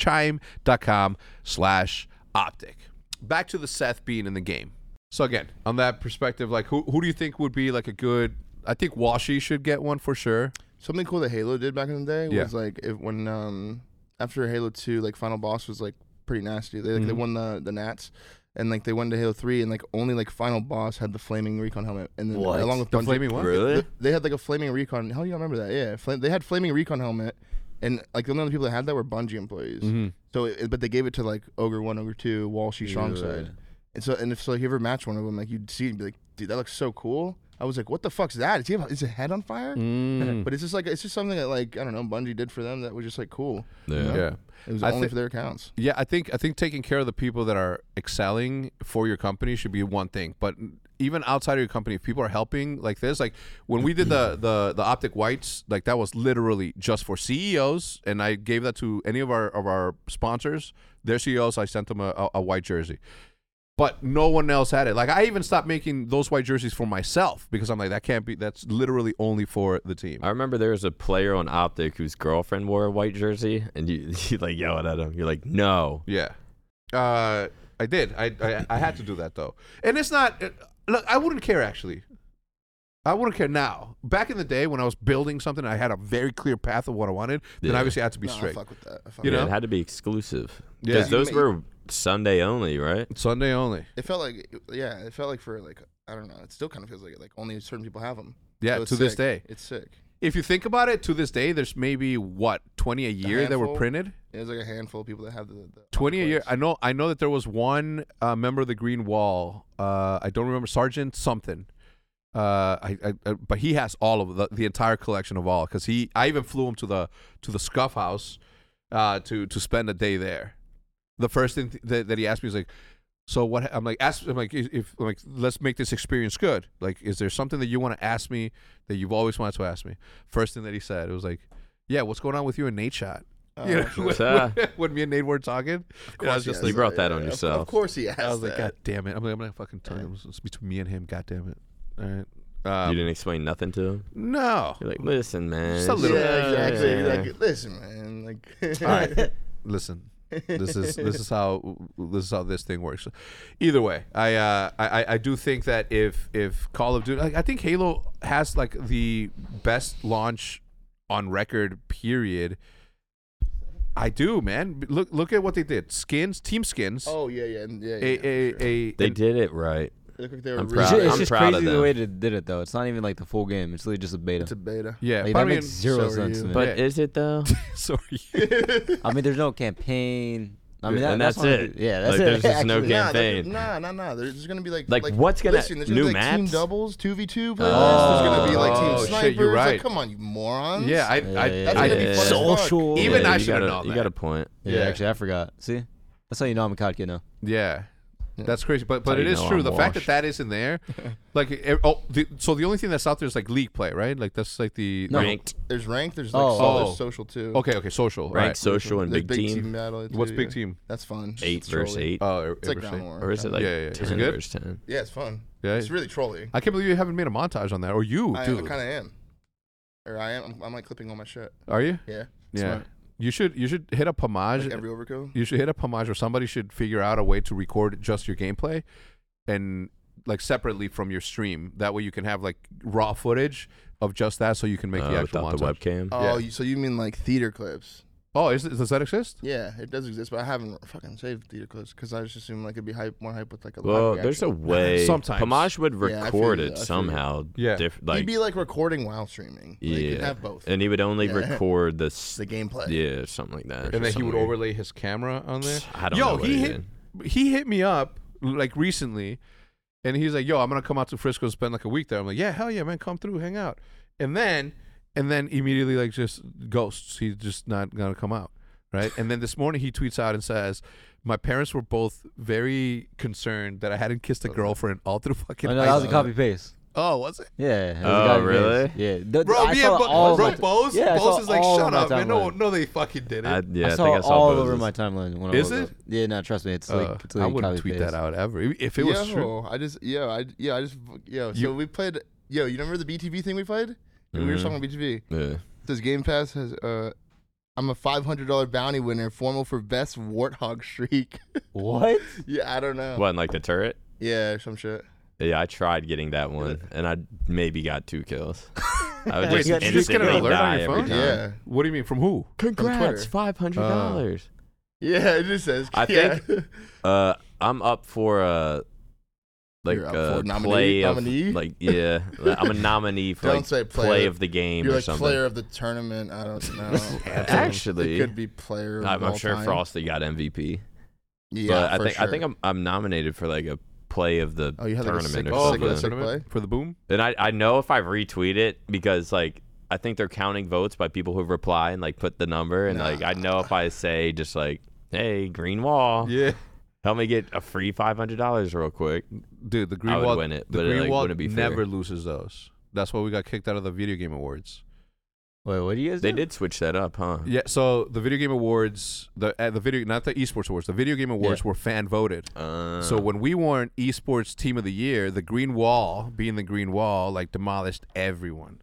chime.com slash optic. Back to the Seth being in the game. So again, on that perspective, like who, who do you think would be like a good I think Washi should get one for sure. Something cool that Halo did back in the day Yeah. was like if when um after Halo Two, like Final Boss was like pretty nasty. They like Mm-hmm. they won the the Nats. And like they went to Halo Three, and like only like Final Boss had the flaming recon helmet, and then What? along with The Bungie- flaming one? Really? th- they had like a flaming recon. Hell, you don't remember that? Yeah, flam- they had flaming recon helmet, and like the only other people that had that were Bungie employees. Mm-hmm. So, it, but they gave it to like Ogre One, Ogre Two, Walshy, Strong Side, and so and if so, if you ever match one of them, like you'd see it and be like, dude, that looks so cool. I was like, what the fuck's that? Is he have, is his head on fire? Mm. But it's just like it's just something that like I don't know Bungie did for them that was just like cool. Yeah. Yeah. It was I only thi- for their accounts. Yeah, I think I think taking care of the people that are excelling for your company should be one thing, but even outside of your company, if people are helping like this, like when we did the the the optic whites, like that was literally just for CEOs, and I gave that to any of our of our sponsors, their CEOs, I sent them a, a, a white jersey. But no one else had it. Like I even stopped making those white jerseys for myself because I'm like that can't be. That's literally only for the team. I remember there was a player on Optic whose girlfriend wore a white jersey, and you you like yell at him. You're like, no. Yeah. Uh, I did. I, I I had to do that though, and it's not. It, look, I wouldn't care actually. I wouldn't care now. Back in the day when I was building something, I had a very clear path of what I wanted. Then Yeah. obviously I had to be Nah, I straight. fuck with that. I fuck You with know? Yeah, it had to be exclusive. Yeah. Because those were Sunday only, right? Sunday only. that. it felt like yeah, it felt like for like I don't know. It still kind of feels like it, like only certain people have them. Yeah, So it's to this sick. day. it's sick. If you think about it, to this day, there's maybe what twenty a year that were handful? printed. There's like a handful of people that have the, the Twenty a year. plates. I know. I know that there was one uh, member of the Green Wall. Uh, I don't remember Sergeant something. Uh, I, I, I but he has all of the, the entire collection of all because he. I even flew him to the to the Scuff House, uh, to to spend a day there. The first thing th- that, that he asked me was like, "So what?" I'm like, "Ask." I'm like, "If if- I'm like, let's make this experience good. Like, is there something that you want to ask me that you've always wanted to ask me?" First thing that he said, it was like, "Yeah, what's going on with you and Nate Shot?" Oh, you know, sure. when, Ah. when- when me and Nate were talking, and I was he has just You like, that. brought that on of- Of, yourself. course he has. I was like, God that. damn it! I'm like, I'm gonna fucking tell him. It's between me and him. God damn it! All right. you Um, didn't explain nothing to him. no. You're like, listen, man. Just a little- yeah, exactly. Yeah. Like, listen, man. Like, All right. Listen. This is this is how this is how this thing works. Either way, I uh, I I- I do think that if if Call of Duty, like, I think Halo has like the best launch on record. Period. I do, man. Look look at what they did. Skins, team skins. Oh yeah, yeah, and- yeah. yeah, a, a, for sure. a, They an- did it right. They look like they were I'm It's really proud. just, it's I'm just proud of crazy the them. way they did it though. It's not even like the full game. It's literally just a beta. It's a beta. Yeah, Like, but I that mean- makes zero so sense you. to me. But Yeah. is it though? sorry. I mean, there's no campaign. I mean, Yeah, that, and that's that's what I it. do- Yeah, that's Like, it. there's just no actually. game. Nah, there's- campaign. Nah, nah, nah. There's there's gonna be like Like, what's gonna- listen, there's gonna new be, like, team maps? doubles, two v two playlists. Oh. There's gonna be like Oh, team shit, snipers. you're right. Like, come on, you morons. Yeah, I, Yeah, I, yeah, That's I, gonna be fun as Yeah. fuck. Social. Even yeah, I you should've got a- known You that. got a point. Yeah, Yeah. actually, I forgot. See, that's how you know I'm a COD kid now. yeah. Yeah. That's crazy, but but how it you is know true. I'm The fact that washed. that is in there, like e- oh, the, so the only thing that's out there is like league play, right? Like that's like the No. Ranked, There's ranked. There's like Oh. so- Oh. there's social too. Okay, okay, social. ranked Right. social and There's big, team. battle. too, What's big yeah. team? That's fun. It's Eight just versus trolly. eight. Oh, er- It's like Everest ground Eight. war. Or is it like Yeah, yeah, yeah. Is it 10 good? versus 10? Yeah, it's fun. Yeah. It's really trolly. I can't believe you haven't made a montage on that, or you, I, I dude. kind of am. Or I am. I'm, I'm like clipping all my shit. Are you? Yeah. Yeah. Smart. You should you should hit up homage. Like every overkill. you should hit up homage, or somebody should figure out a way to record just your gameplay, and like separately from your stream. That way you can have like raw footage of just that, so you can make Uh, the actual without montage. the webcam. Oh, Yeah. you, so you mean like theater clips? Oh, is it, does that exist? Yeah, it does exist, but I haven't fucking saved theater clips because I just assumed like it'd be hype, more hype with like a. live Well, there's a reaction. way. Sometimes. Pamash would Yeah, I feel record you, I it feel you. somehow. Yeah. Diff- He'd like, be like recording while streaming. Like, Yeah. You'd have both. and he would only Yeah. record the. It's the s- gameplay. Yeah, something like that. and then he would Somewhere. overlay his camera on there. I don't yo, know. what he he hit he hit me up like recently, and he's like, "Yo, I'm gonna come out to Frisco and spend like a week there." I'm like, "Yeah, hell yeah, man, come through, hang out." And then and then immediately like just ghosts. He's just not gonna come out, right? and then this morning he tweets out and says. My parents were both very concerned that I hadn't kissed a girlfriend all through fucking. Oh, no, that was a high copy paste. school. Oh, was it? Yeah. that was a Oh, copy-paste. really? Yeah. Th- th- Bro, I me saw and it all Bo- over bro, my- Bose, Yeah, I saw Bose is like, all shut my up, man. No, timeline. no, they fucking did it. I, yeah, I, I saw think I it saw all Bose's. over my timeline. When Is I was it? Yeah, no, trust me. It's like Uh, it's I like wouldn't copy tweet paste. that out ever. If it yo, was true, I just yo, I yeah, I just yo. So You- we played yo. You remember the BTV thing we played? We were Mhm. talking about BTV. Yeah. This Game Pass has uh, I'm a five hundred dollar bounty winner, formal for best warthog streak. What? yeah, I don't know. What, in, like the turret? Yeah, some shit. Yeah, I tried getting that one, and I maybe got two kills. I would Wait, just did you just get an instantly alert on die your every phone? time. Yeah, what do you mean? From who? Twitter. Congrats, five hundred Oh. dollars. yeah. It just says. I yeah. Uh, I'm up for a like You're up a for nominee- play of nominee? like yeah. like, I'm a nominee for Don't like, say play, player. of the game You're or like something. player of the tournament. I don't know. Actually, it could be player. Of I'm, all I'm sure time. Frosty got MVP, Yeah, but I for think I sure. think I'm I'm nominated for like a play of the Oh, you had like a tournament sick- or oh, Oh, Sick- for something. the sick tournament? play. For the boom? And I, I know if I retweet it because like I think they're counting votes by people who reply and like put the number and like I know if I say just like hey green wall Yeah. help me get a free five hundred dollars real quick Dude, the Green would Wall, win it, the but it, Green like, Wall wouldn't be fair. never loses those. That's why we got kicked out of the Video Game Awards. Wait, what do you guys? they did switch that up huh Yeah, so the Video Game Awards, the uh, the video not the Esports Awards, the Video Game Awards were fan voted. Uh, So when we weren't esports team of the year, the Green Wall, being the Green Wall, like demolished everyone.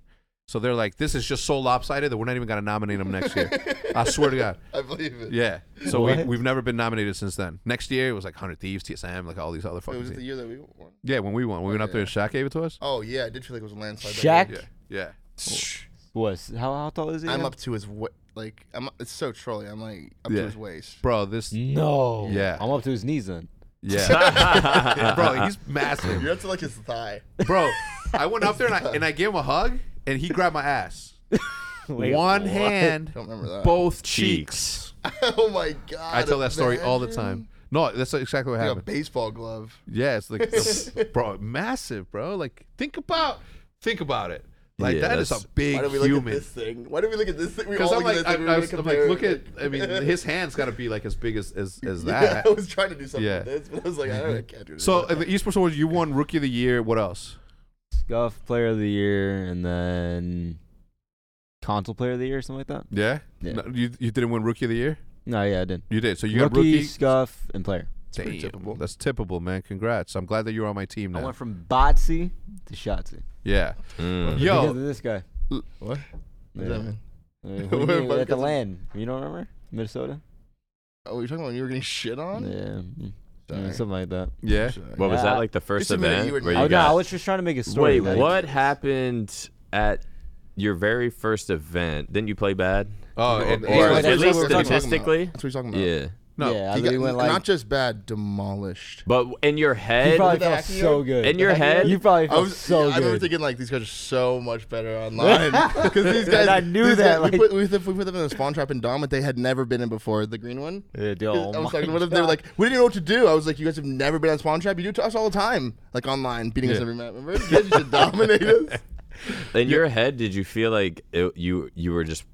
So they're like, this is just so lopsided that we're not even gonna nominate them next year. I swear to God. I believe it. Yeah. So we, What? we've never been nominated since then. Next year it was like Hundred Thieves, TSM, like all these other Wait, fucking. was it the teams. year that we won? Yeah, when we won, we went up there and Shaq gave it to us. Oh yeah, I did feel like it was a landslide. that Shaq Yeah, yeah. was how, how tall is he? year. I'm now? up to his wa- like I'm. It's so trolly. I'm like up Yeah. to his waist. Bro, this. Mm. No. Yeah. I'm up to his knees then. Yeah. Bro, he's massive. You're up to like his thigh. Bro, I went up there and I, and I gave him a hug, and he grabbed my ass. Wait, One hand, Don't remember that. both cheeks. cheeks. oh my god. I tell that story all the imagine. time. No, that's exactly what Like a happened. baseball glove. Yeah, it's like, the- bro, massive, bro. Like, think about, think about it. Like Yeah, that is a that's- big Why did we look at human. this thing? Why did we look at this thing? We Because all I'm look like, I, at this thing, we I were was, gonna I'm like, look compare at. it. I mean, his hand's got to be like as big as as, as Yeah, that. I was trying to do something Yeah. Mm-hmm. with this, but I was like, I don't know, I can't do this. So at the esports awards, you won rookie of the year. What else? Scuff player of the year and then console player of the year or something like that. Yeah, Yeah. No, you you didn't win rookie of the year. No, yeah, I did. You did. So you rookie, got rookie. scuff, and player. Damn, pretty typical. That's typical, man. Congrats. I'm glad that you're on my team I now. went from Botsy to Shotzi. yeah. mm. Because Yo, of this guy. what? Yeah. Uh, who What do you- if I at the get- land. You don't remember? Minnesota? Oh, you're talking about when you were getting shit Yeah. on? Oh, mm, Sorry. Something like that. yeah. Sorry. what was Yeah. that like the first Just admit it, event you were- where I you Oh, no, I got was just trying to make a story. wait like- what happened at your very first event didn't you play bad Oh, and, Yeah, or that's at what least we're talking about. statistically That's what you're talking about. yeah no. Yeah, I He literally got- went like. not just bad, demolished. but in your you head probably the felt hacking so year? good. In your The hacking head? year? You probably I felt was so I remember good. thinking like these guys are so much better online because these guys. And I knew these that, guys- we, like- put, we, if we put them in a spawn trap in Dom, but they had never been in before. The green one. Yeah, dude, 'Cause oh I was my talking, what if they were God. like, we didn't know what to do? I was like, you guys have never been on spawn trap. You do it to us all the time, like online, beating us Yeah. every map. Remember? You guys used to dominate us. in your head did you feel like it, you you were just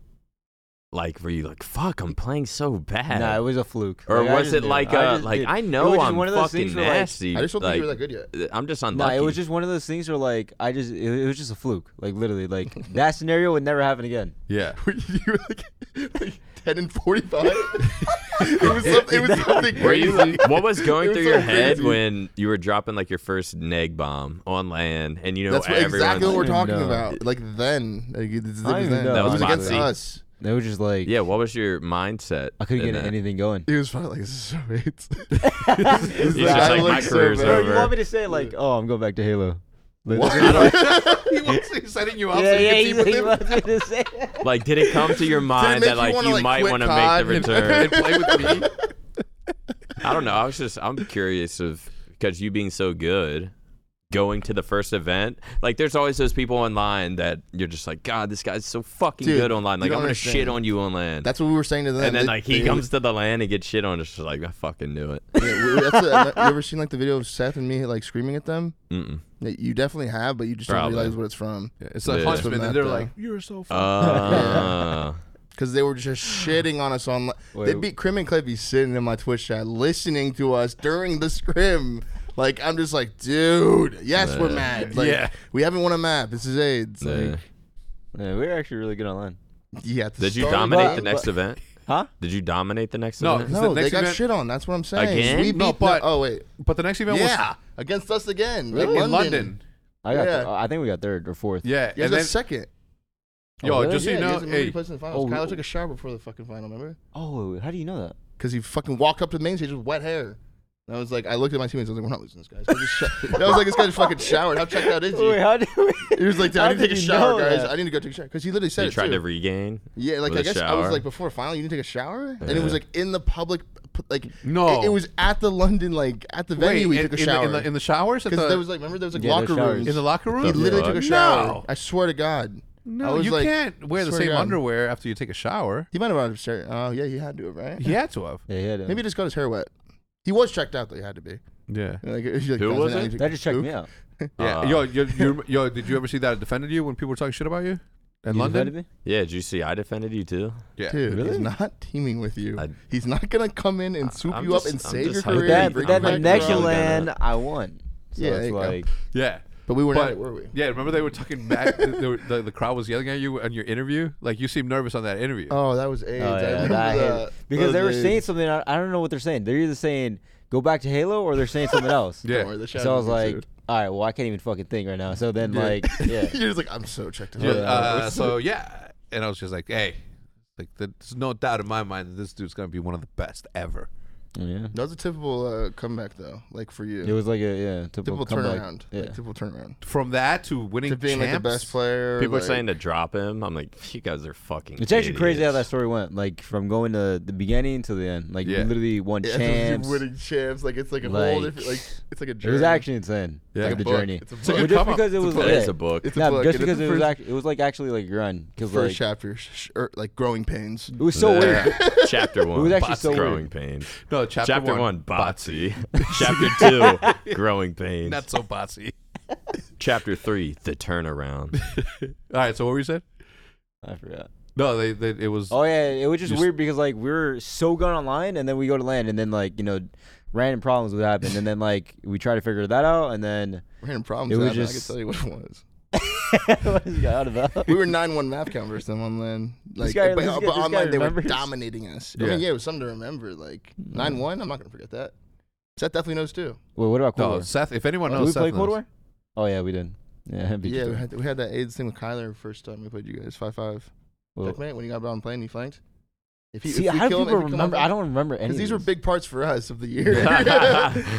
like were you like fuck i'm playing so bad Nah, it was a fluke. or Like, I was just it knew. like I a just- like dude, I it know was just I'm one of those fucking things where, like, nasty. I just don't think you were that like, good yet. I'm just No, unlucky. it was just one of those things where like I just it, it was just a fluke. Like literally, like that scenario would never happen again. Yeah. you were like, like ten and forty-five. it was something. It was something Were you? crazy. What was going It through was your so head crazy. when you were dropping like your first neg bomb on land, and you know That's what, everyone's exactly what we're like, I don't talking know. about. Like then, like, it, it, was I don't even then. know. it That was was against Moxie. us. They were just like, Yeah, what was your mindset? I couldn't in get that? anything going. He was probably like, "This is so great." It's He's just I like, look my so career's bad. Bro, you over. want me to say like, oh, I'm going back to Halo? Like, What? that's what- he was he's setting you up yeah, so you yeah, can he, team with he him. wants me to say. Like, did it come to your mind make that you like wanna, you like, might quit want to COD make the and- and return? play with me. I don't know. I was just I'm curious of because you being so good, going to the first event. Like, there's always those people online that you're just like, God, this guy's so fucking Dude, good online. you Like, I'm don't gonna shit understand. on you online. That's what we were saying to them. and then They- like he they- comes to the land and gets shit on. It's just like I fucking knew it. Yeah, we- that's what- you ever seen like the video of Seth and me like screaming at them? Mm-mm. Yeah, You definitely have, but you just Probably. don't realize what it's from It's a Yeah. huntsman, and That, they're uh, like, "You're so funny." Uh, because they were just shitting on us on. They Wait. beat Crim and Clay be sitting in my Twitch chat listening to us during the scrim. Like I'm just like, dude, yes, we're Yeah. mad. Like, Yeah. we haven't won a map. This is AIDS. yeah. Like, Yeah, we were actually really good online. yeah. at the Did you start of dominate that- the next event? Huh? Did you dominate the next No. event? Is No, the next they got event- shit on. That's what I'm saying. Again? We beat. No, but- oh wait, But the next event yeah, against us again. was in in London. I got. Yeah. I think we got third or fourth. Yeah, You guys and got then second. yo, Oh, really? just so yeah, you you know, guys remember hey, you played in the finals. Oh, Kyler oh. took a shower before the fucking final. Remember? Oh, how do you know that? because he fucking walked up to the main stage with wet hair. And I was like, I looked at my teammates. I was like, we're not losing this guy. So I, just sh- and I was like, this guy just fucking showered. How checked out is Wait, he? how do we? He was like, dude, How I need to did take a you shower, know guys. that? I need to go take a shower because he literally said You it tried too. to regain. yeah, like with I a guess I was shower? like before final, you didn't take a shower, and it was Yeah. like in the public, p- like No. it, it was at the London, like at the venue. wait, we in, took a in the- shower in the in the showers at because the, there was like remember there was like Yeah, there's locker showers. rooms. in the locker room. he literally fuck? took a shower. No, I swear to God. I no, was you like- can't wear the swear to same God. underwear after you take a shower. He might have been upstairs. Oh yeah, he had to have right. He had to have. Yeah, yeah. Maybe he just got his hair wet. He was checked out though. He had to be. Yeah. Like, she, like, Who does was an it? actual- That just checked who? me out. Yeah. Uh, yo, yo, you, yo, did you ever see that it defended you when people were talking shit about you in You London? invited me? Yeah, did you see? I defended you too. Yeah. Dude, Really? he's not teaming with you. I- he's not gonna come in and I- swoop I'm you up just- and I'm save your just career. hyped. But Really? that, and bring but that you back around. Neculan, I won. So Yeah, yeah, there it's you go. like oh, Yeah. But we were But- not, were we? Yeah, remember they were talking back. the, the, the crowd was yelling at you on your interview. Like you seemed nervous on that interview. Oh, that was AIDS. Oh, I yeah, remember that hit- that. because they That were was saying AIDS. something. I, I don't know what they're saying. They're either saying go back to Halo or they're saying something else. Yeah. Don't worry, the So I was shadows like, ensued. all right, well I can't even fucking think right now. So then Yeah. like yeah. You're just like, I'm so checked out. Yeah, yeah. uh, so yeah, and I was just like, hey, like there's no doubt in my mind that this dude's gonna be one of the best ever. yeah. That was a typical uh, comeback, though. Like for you, It was like a yeah typical typical comeback. turnaround. Yeah. Like, typical turnaround. From that to winning To being champs, like the best player. People like- are saying to drop him. I'm like, you guys are fucking. It's actually crazy how that idiots." story went, like from going to the beginning to the end. Like Yeah. you literally won Yeah, champs. winning champs. Like it's like a whole Like- different. Like it's like a It journey. was actually insane. Yeah. like It's the a book. journey. It's a a book. good But just come up. because it was But yeah. it's a book. It's a Nah, book, just and it's because the it was first- act- it was like actually like run because first like chapter, sh- sh- or, like growing pains. it was so weird. Chapter one. was actually bots so weird. growing pains. No, chapter, Chapter one, one, botsy. Chapter two, growing pains. not so bossy. Chapter three, the turnaround. All right, so what were you saying? I forgot. No, they, they it was Oh yeah, it was just Just- weird because like we were so good online, and then we go to land, and then like you know, random problems would happen, and then like we try to figure that out, and then Random problems. It was happened. I can just- tell you what it was. what is going on about? We were nine one map count versus them online. Like, guy- but, uh, this guy- but this guy online they were remembers. Mm. dominating us. I Yeah. mean, yeah, it was something to remember. Like nine one, I'm not gonna forget that. Seth definitely knows too. Wait, what Oh, about Cold no War? Seth. If anyone Did knows, we Seth play Cold knows. War? Oh yeah, we did. Yeah, I beat you Yeah, to we it. had, we had that AIDS thing with Kyler first time we played you guys five five. Well, Checkmate when he got on plane, he flanked. If See, we how do kill him, if people we kill him on remember? flank- I don't remember any. Because of these were these. big parts for us of the year.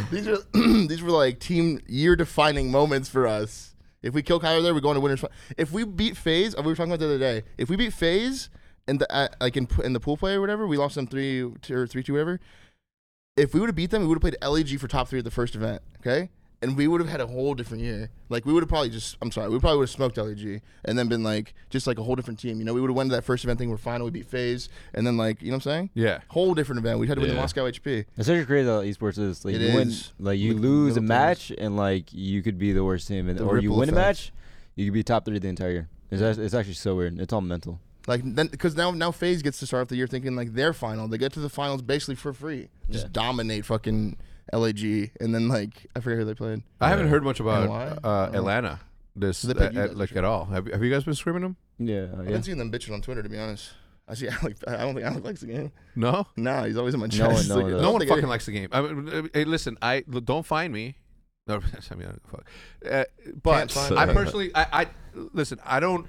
these were these were like team year defining moments for us. If we kill Kyler there, we go into winners. fi- If we beat Phase, oh, we were talking about the other day. If we beat Phase and the uh, like in p- in the pool play or whatever, we lost them three two, or three two whatever. If we would have beat them, we would have played LEG for top three at the first event. Okay. And we would have had a whole different year. Like we would have probably just, I'm sorry, we probably would have smoked LEG and then been like, just like a whole different team. You know, we would have went to that first event thing. We're final. We beat Phase, and then like, you know what I'm saying? Yeah, whole different event. We had to win the Yeah. Moscow HP. That's actually crazy how esports is. Like It you win, is. like you With lose a militants. match, and like you could be the worst team, and, The or you ripple win a effect. match, you could be top three the entire year. It's, act- it's actually so weird. It's all mental. Like then, because now now Phase gets to start off the year thinking like their final. They get to the finals basically for free. Just Yeah. dominate fucking LAG, and then like I forget who they played. I haven't heard much about why? uh, Atlanta this They played you uh, guys, like sure. at all. Have, have you guys been screaming them? Yeah, I've yeah. been seeing them bitches on Twitter to be honest. I see Alec. I don't think Alec likes the game. No, Nah, he's always in my No one- chest. no Like, one I don't does. no one think I- fucking likes the game. I mean, uh, hey, listen, I l- don't find me. No, I mean, I don't fuck. Uh, Can't but find I me. personally, I, I listen. I don't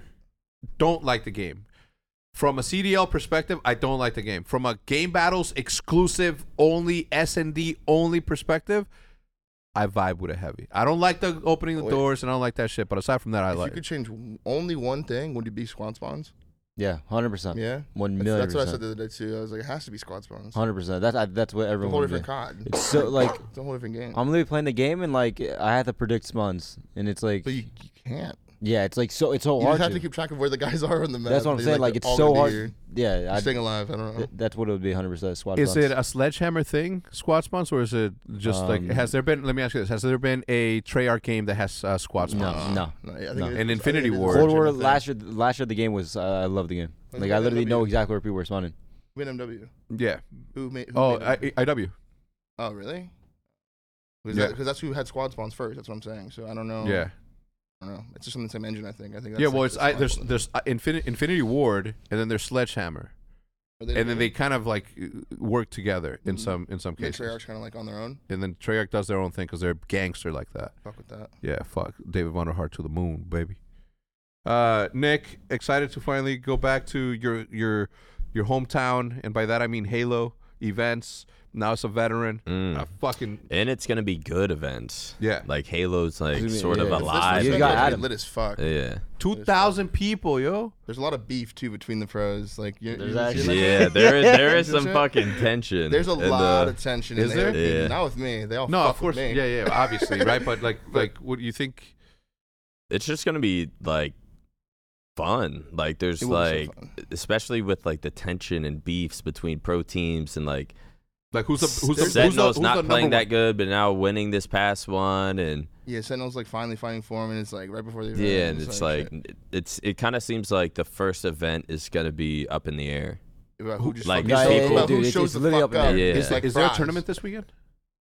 don't like the game. From a CDL perspective, I don't like the game. From a game battles exclusive only S and D only perspective, I vibe with a heavy. I don't like the opening the Wait. doors and I don't like that shit. But aside from that, I If like. you could change w- only one thing, would it be squad spawns? Yeah, hundred percent. Yeah, One that's, Uh, million. that's what I said percent. the other day too. I was like, it has to be squad spawns. Hundred percent. That's I, that's what It's a everyone. whole would different COD. do. It's so like It's a whole different game. I'm literally playing the game, and like I have to predict spawns, and it's like but you, you can't. yeah, it's like so it's so You hard. just have to to. keep track of where the guys are on the map. that's what I'm They're, saying. Like they're it's all so gonna be hard. here. Yeah, I, Staying alive. I don't know. th- that's what it would be. Hundred percent. Squad. Is spawns. it a sledgehammer thing, squad spawns, or is it just like Um, has there been? Let me ask you this: Has there been a Treyarch game that has uh, squad No, spawns? no. No, yeah, I think No. it is- And I think Infinity it is a Ward. Cold War legitimate thing. last year, last year the game was. Uh, I love the game. Like, Like look I at literally WWE. know exactly where people were spawning. Win MW. Yeah. Who made? Who Oh, made I, it? IW. oh, really? Because Yeah. that's who had squad spawns first. That's what I'm saying. So I don't know. Yeah. I don't know. It's just on the same engine. I think. I think. That's yeah. like Well, the it's I, squad there's spawn. there's uh, Infinity Infinity Ward, and then there's Sledgehammer, Are and then they doing kind of like uh, work together in Mhm. Mm-hmm. some in some it? Make cases. sure Treyarch's kind of like on their own. And then Treyarch does their own thing because they're gangster like that. Fuck with that. Yeah. Fuck David Von der Hart to the moon, baby. Uh, Nick, excited to finally go back to your your your hometown, and by that I mean Halo events. Now it's a veteran. Mm. I fucking And it's gonna be good events. Yeah. Like Halo's like Excuse me, sort of yeah. alive. You You got got Adam. Lit as fuck. Yeah. two thousand people, yo. There's a lot of beef too between the pros. Like you, There's you see actually- that? Yeah, there is there is You know some what I'm fucking tension. uh, There's a in lot the- of tension. Is in the Halo there? community. Yeah. Not with me. They all. No, fuck of course, With me. yeah, yeah, obviously, right? But like, like, what do you think? it's just gonna be like fun. Like there's It will be so like fun. especially with like the tension and beefs between pro teams and like Like who's the who's the, who's the, who's Sentinel's the not number playing one? that good, but now winning this past one, and Yeah, Sentinel's like finally finding form, and it's like right before the event, yeah, and it's like shit. it's it kind of seems like the first event is gonna be up in the air. about who just like, fucking shows- people- about who dude, it's- shows it's the literally fuck up in up. there. Yeah. It's like Is there a fries. tournament this weekend?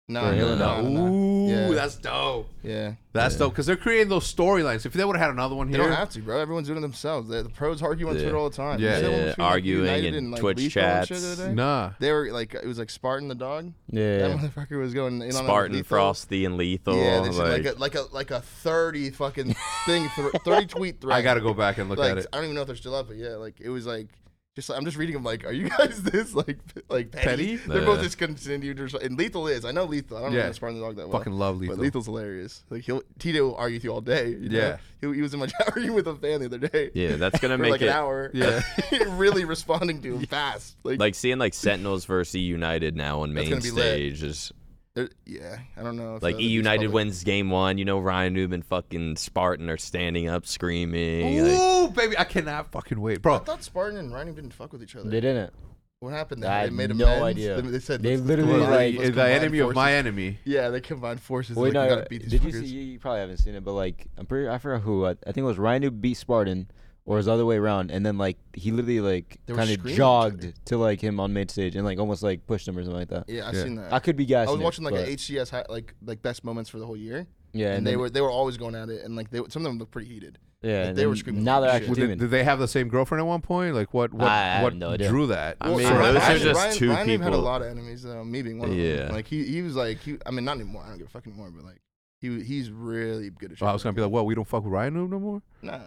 No, Yeah, no, no, no, no. Ooh, Yeah. that's dope. Yeah, That's dope because they're creating those storylines. If they would have had another one they here, don't have to, bro. Everyone's doing it themselves. The, the pros argue on Yeah. Twitter all the time. You Yeah. see that one Yeah, between, like, arguing United and and like, Twitch Lethal and shit chats. the other day? nah. They were like, it was like Spartan the dog. That Yeah. motherfucker was going in on a Spartan, lethal. Frosty, and Lethal. Yeah, they said like, a like- like a like a thirty fucking thing, thr- thirty tweet thread. I got to go back and look like, at it. I don't even know if they're still up, but yeah, like it was like just like, I'm just reading them like, are you guys this like like petty? Petty? They're both Yeah. discontinued or something. And Lethal is. I know Lethal. I don't Yeah. know Spartan the dog that well. Fucking love Lethal. But Lethal's hilarious. Like he'll TJ will argue with you all day. you know? Yeah. He, he was in my chat room with a fan the other day. yeah, that's gonna For make like it an hour. Yeah. really responding to him fast. Like, like seeing like Sentinels versus E United now on That's main gonna be lit. stage is they're- yeah. I don't know if like uh, E these United public- wins game one. You know Ryan Newman, fucking Spartan are standing up screaming. like- Ooh, baby, I cannot fucking wait, I bro. thought Spartan and Ryan didn't fuck with each other. They didn't. What happened? I There? They had made no amends? idea. They, they said They "Let's literally, combine- Well, like- let's the combine enemy of my forces." enemy. Yeah, they combined forces. Wait, like, we no, gotta beat these did you fuckers. see? You probably haven't seen it, but like, I'm pretty. I forgot who. I, I think it was Ryan who beat Spartan, or it was the other way around. And then like he literally like They were kind of screaming at each other. jogged to like him on main stage and like almost like pushed him or something like that. Yeah, I've Yeah. seen that. I could be I guessing. was watching it, like but, a HCS hi- like like best moments for the whole year, yeah, and, and, they then- were they were always going at it, and like they some of them looked pretty heated. yeah, like, and they were then screaming Now they're like shit. actually Well, did, teaming. did they have the same girlfriend at one point? Like what? What? I have what no idea. drew that? I mean, Well, those Ryan- are just two Ryan Newman had a people. lot of enemies, though. Me being one of Yeah. them. Like he, he was like he, I mean not anymore. I don't give a fuck anymore. But like he he's really good at. Well, I was gonna be like, well, we don't fuck with Ryan Noob no more. nah.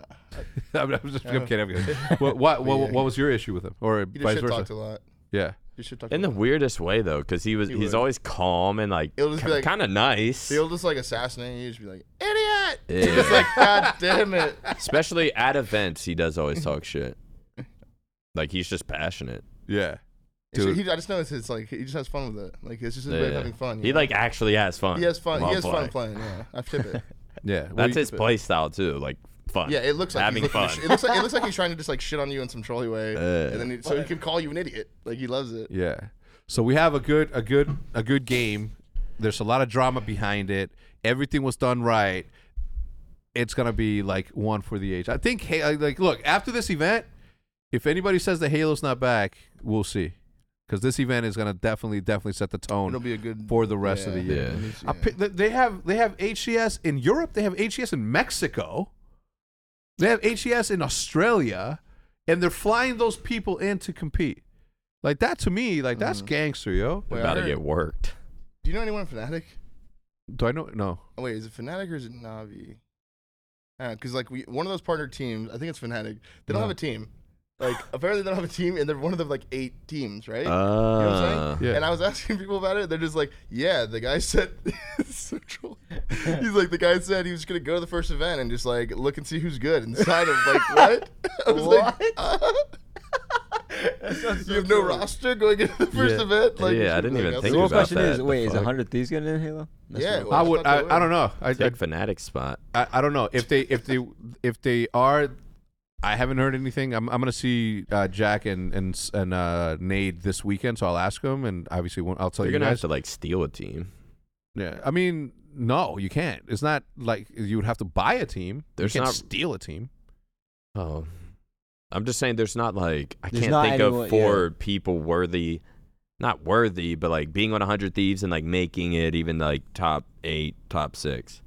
I'm, I'm just Yeah. I'm kidding. I'm kidding. what, what, what, Uh, Yeah. what was your issue with him, or He vice just shit talked a versa? lot. Yeah, He shit talked. in a the lot. weirdest way though, because he was He he's would. always calm and like It'll just be like- kind of nice. He'll just like assassinate. You just be like idiot. Yeah. It's like god damn it. Especially at events, he does always talk shit. Like he's just passionate. yeah. So Dude. he, I just noticed it's like he just has fun with it. Like it's just his way of Yeah. having fun. you He know? like actually has fun. he has fun. while He has fun playing. playing. Yeah, I tip it. Yeah, Well, That's you- his play style too. Like fun. Yeah, it looks like having he's looking to fun. sh- it looks like it looks like he's trying to just like shit on you in some trolley way, Uh. and then he, so he can call you an idiot. Like he loves it. Yeah. So we have a good, a good, a good game. There's a lot of drama behind it. Everything was done right. It's gonna be like one for the age. I think. Ha- like- Like, look after this event, if anybody says that Halo's not back, we'll see, because this event is gonna definitely, definitely set the tone. It'll be a good for the rest of the year. Yeah. I pi- th- they have they have HCS in Europe. They have HCS in Mexico. They have HCS in Australia, and they're flying those people in to compete. Like that to me, like that's Mm-hmm. gangster, yo. Wait, I about to heard- get worked. Do you know anyone in Fnatic? Do I know? No. Oh, wait, is it Fnatic or is it Navi? Because like we one of those partner teams, I think it's Fnatic. They Uh-huh. don't No. have a team. Like apparently they don't have a team, and they're one of the like eight teams, right? you Uh, know what I'm saying? Yeah. And I was asking people about it. They're just like, yeah, the guy said, It's so true. he's like, the guy said he was going to go to the first event and just like look and see who's good inside of like, what? I was like, uh, you have no roster going into the first Yeah. event? Like, Yeah, I didn't even that's think the real about question that. is, The wait, is fuck? 100 Thieves getting in Halo? Yeah, what- well, I it's would. not I, that I don't know. I, I, Take fanatic spot. I, I don't know if they if they if they are. I haven't heard anything. I'm, I'm gonna see uh, Jack and and and uh, Nade this weekend, so I'll ask them, and obviously won't- I'll tell You're you gonna guys. have to like steal a team. Yeah, I mean, no, you can't. It's not like you would have to buy a team. There's you can't not- steal a team. Oh, I'm just saying. There's not like I There's can't not think anyone- of four people worthy, not worthy, but like being on 100 Thieves and like making it even like top eight, top six.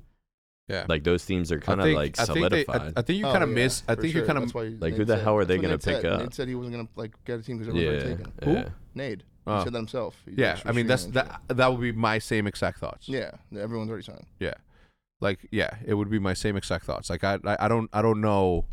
Yeah, Like those teams are kind I of think, like I think they- I- solidified. I, think you Oh, kind of yeah, miss. I for think sure. you kind That's of. why Like, who Nade the said- hell are that's they what gonna Nade said. pick up? Nade said he wasn't going to like get a team because yeah, everyone's already taken. Who? yeah. Nade. Oh. He said that himself. He Yeah, just I was mean that's streaming and that. That would be my same exact thoughts. shit. Yeah, everyone's already signed. Yeah. Like yeah, it would be my same exact thoughts. Like I, I, I don't, I don't know.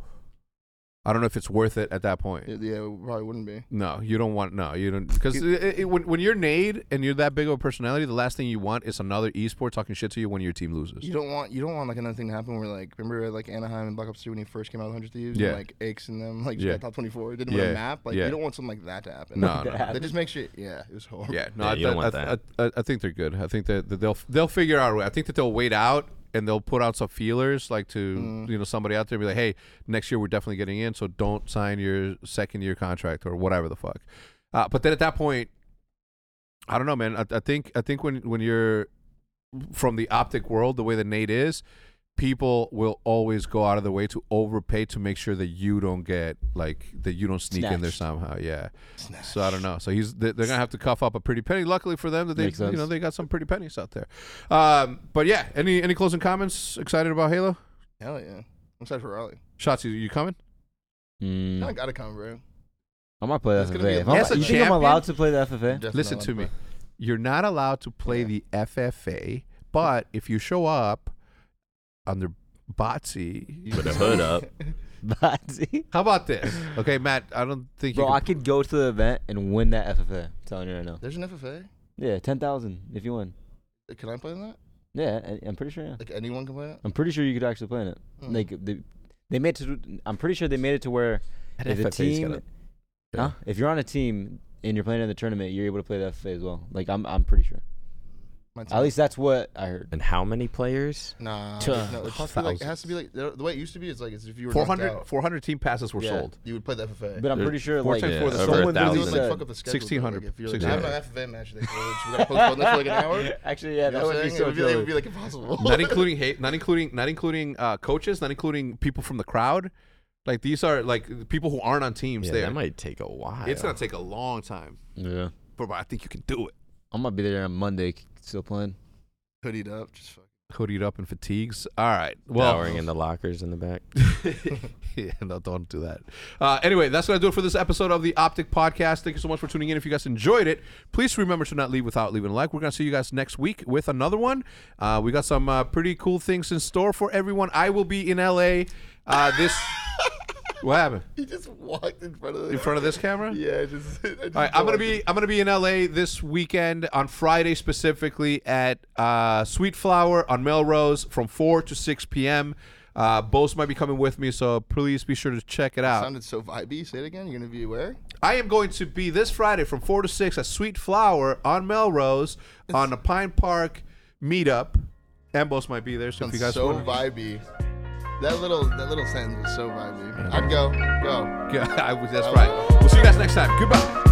I don't know if it's worth it at that point. Yeah, yeah, it probably wouldn't be. No, you don't want no, you don't because when when you're Nade and you're that big of a personality, the last thing you want is another esport talking shit to you when your team loses. You don't want you don't want like another thing to happen where like remember like Anaheim and Black Ops Two when he first came out with Hundred Thieves Yeah. and like Aches and them like just Yeah. got top twenty four didn't win Yeah. a map like Yeah. you don't want something like that to happen No, no. that just makes shit yeah it was horrible Yeah, no, Yeah, I, you don't I- want I, that. I, I think they're good. I think that, that they'll they'll figure out. a way. I think that they'll wait out and they'll put out some feelers, like to you know somebody out there, and be like, hey, next year we're definitely getting in, so don't sign your second year contract or whatever the fuck. Uh, but then at that point, I don't know, man. I, I think I think when when you're from the optic world, the way that Nate is, people will always go out of their way to overpay to make sure that you don't get like that you don't sneak in there Snatched. somehow. Yeah. So I don't know. So he's they- they're gonna have to cuff up a pretty penny. Luckily for them that they Makes you know sense. they got some pretty pennies out there. Um, but yeah, any any closing comments? Excited about Halo? Hell yeah. I'm excited for Raleigh. Shots, you, you coming? I Mm, gotta come, bro. I might play That's FFA. gonna be a- If I'm- As a you think I'm allowed to play the I'm FFA? definitely Listen not to me. allowed You're not allowed to play the FFA, but if you show up under Botsy, With a hood up. Bazzi. how about this? Okay, Matt, I don't think you. Bro, can- I could go to the event and win that FFA. I'm telling you right now. play. There's an FFA. Yeah, ten thousand if you win. Can I play in that? Yeah, I- I'm pretty sure. Yeah. Like anyone can play that? I'm pretty sure you could actually play in it. Mm. Like they, they made it to. I'm pretty sure they made it to where That if the FFA 's team, gotta- huh? If you're on a team and you're playing in the tournament, you're able to play the FFA as well. Like I'm, I'm pretty sure. My At team- least that's what I heard. And how many players? Nah. To- there's no- it, has to be like, it has to be like the the way it used to be is like is if you were knocked 400, out, 400 team passes were Yeah. sold. you would play the FFA. But I'm There's pretty sure four like times Yeah, for the over someone They a literally would, thousand. like said- fuck up the schedule. 1600. Like, if you're like, I have 1600. no FFA match. They we gotta postpone this for like an hour. You Actually, yeah, know that what would I'm be saying? It so would be, it would good. be like impossible. not including hate, not including not including uh, coaches, not including people from the crowd. Like these are like people who aren't on teams. Yeah, there, that might take a while. it's gonna take a long time, Yeah, but I think you can do it. I might be there on Monday, c- still playing. hoodied up. Just fuck. Hoodied up in fatigues. All right. Well, Towering in the lockers in the back. yeah, no, don't do that. Uh, anyway, that's going to do it for this episode of the Optic Podcast. Thank you so much for tuning in. If you guys enjoyed it, please remember to not leave without leaving a like. We're going to see you guys next week with another one. Uh, we got some uh, pretty cool things in store for everyone. I will be in LA uh, this. what happened? He just walked in front of the In front of this camera? Yeah, I just. I just All right, I'm gonna walked be I'm gonna be in LA this weekend on Friday specifically at uh, Sweet Flower on Melrose from 4 to 6 p.m. Uh, Bose might be coming with me, so please be sure to check it It out. sounded so vibey. Say it again. You're gonna be where? I am going to be this Friday from 4 to 6 at Sweet Flower on Melrose on the Pine Park meetup. And Bose might be there, so if you guys so want vibey. That little that little sentence was so vibey. I'd go go. to. That's right. We'll see you guys next time. Goodbye.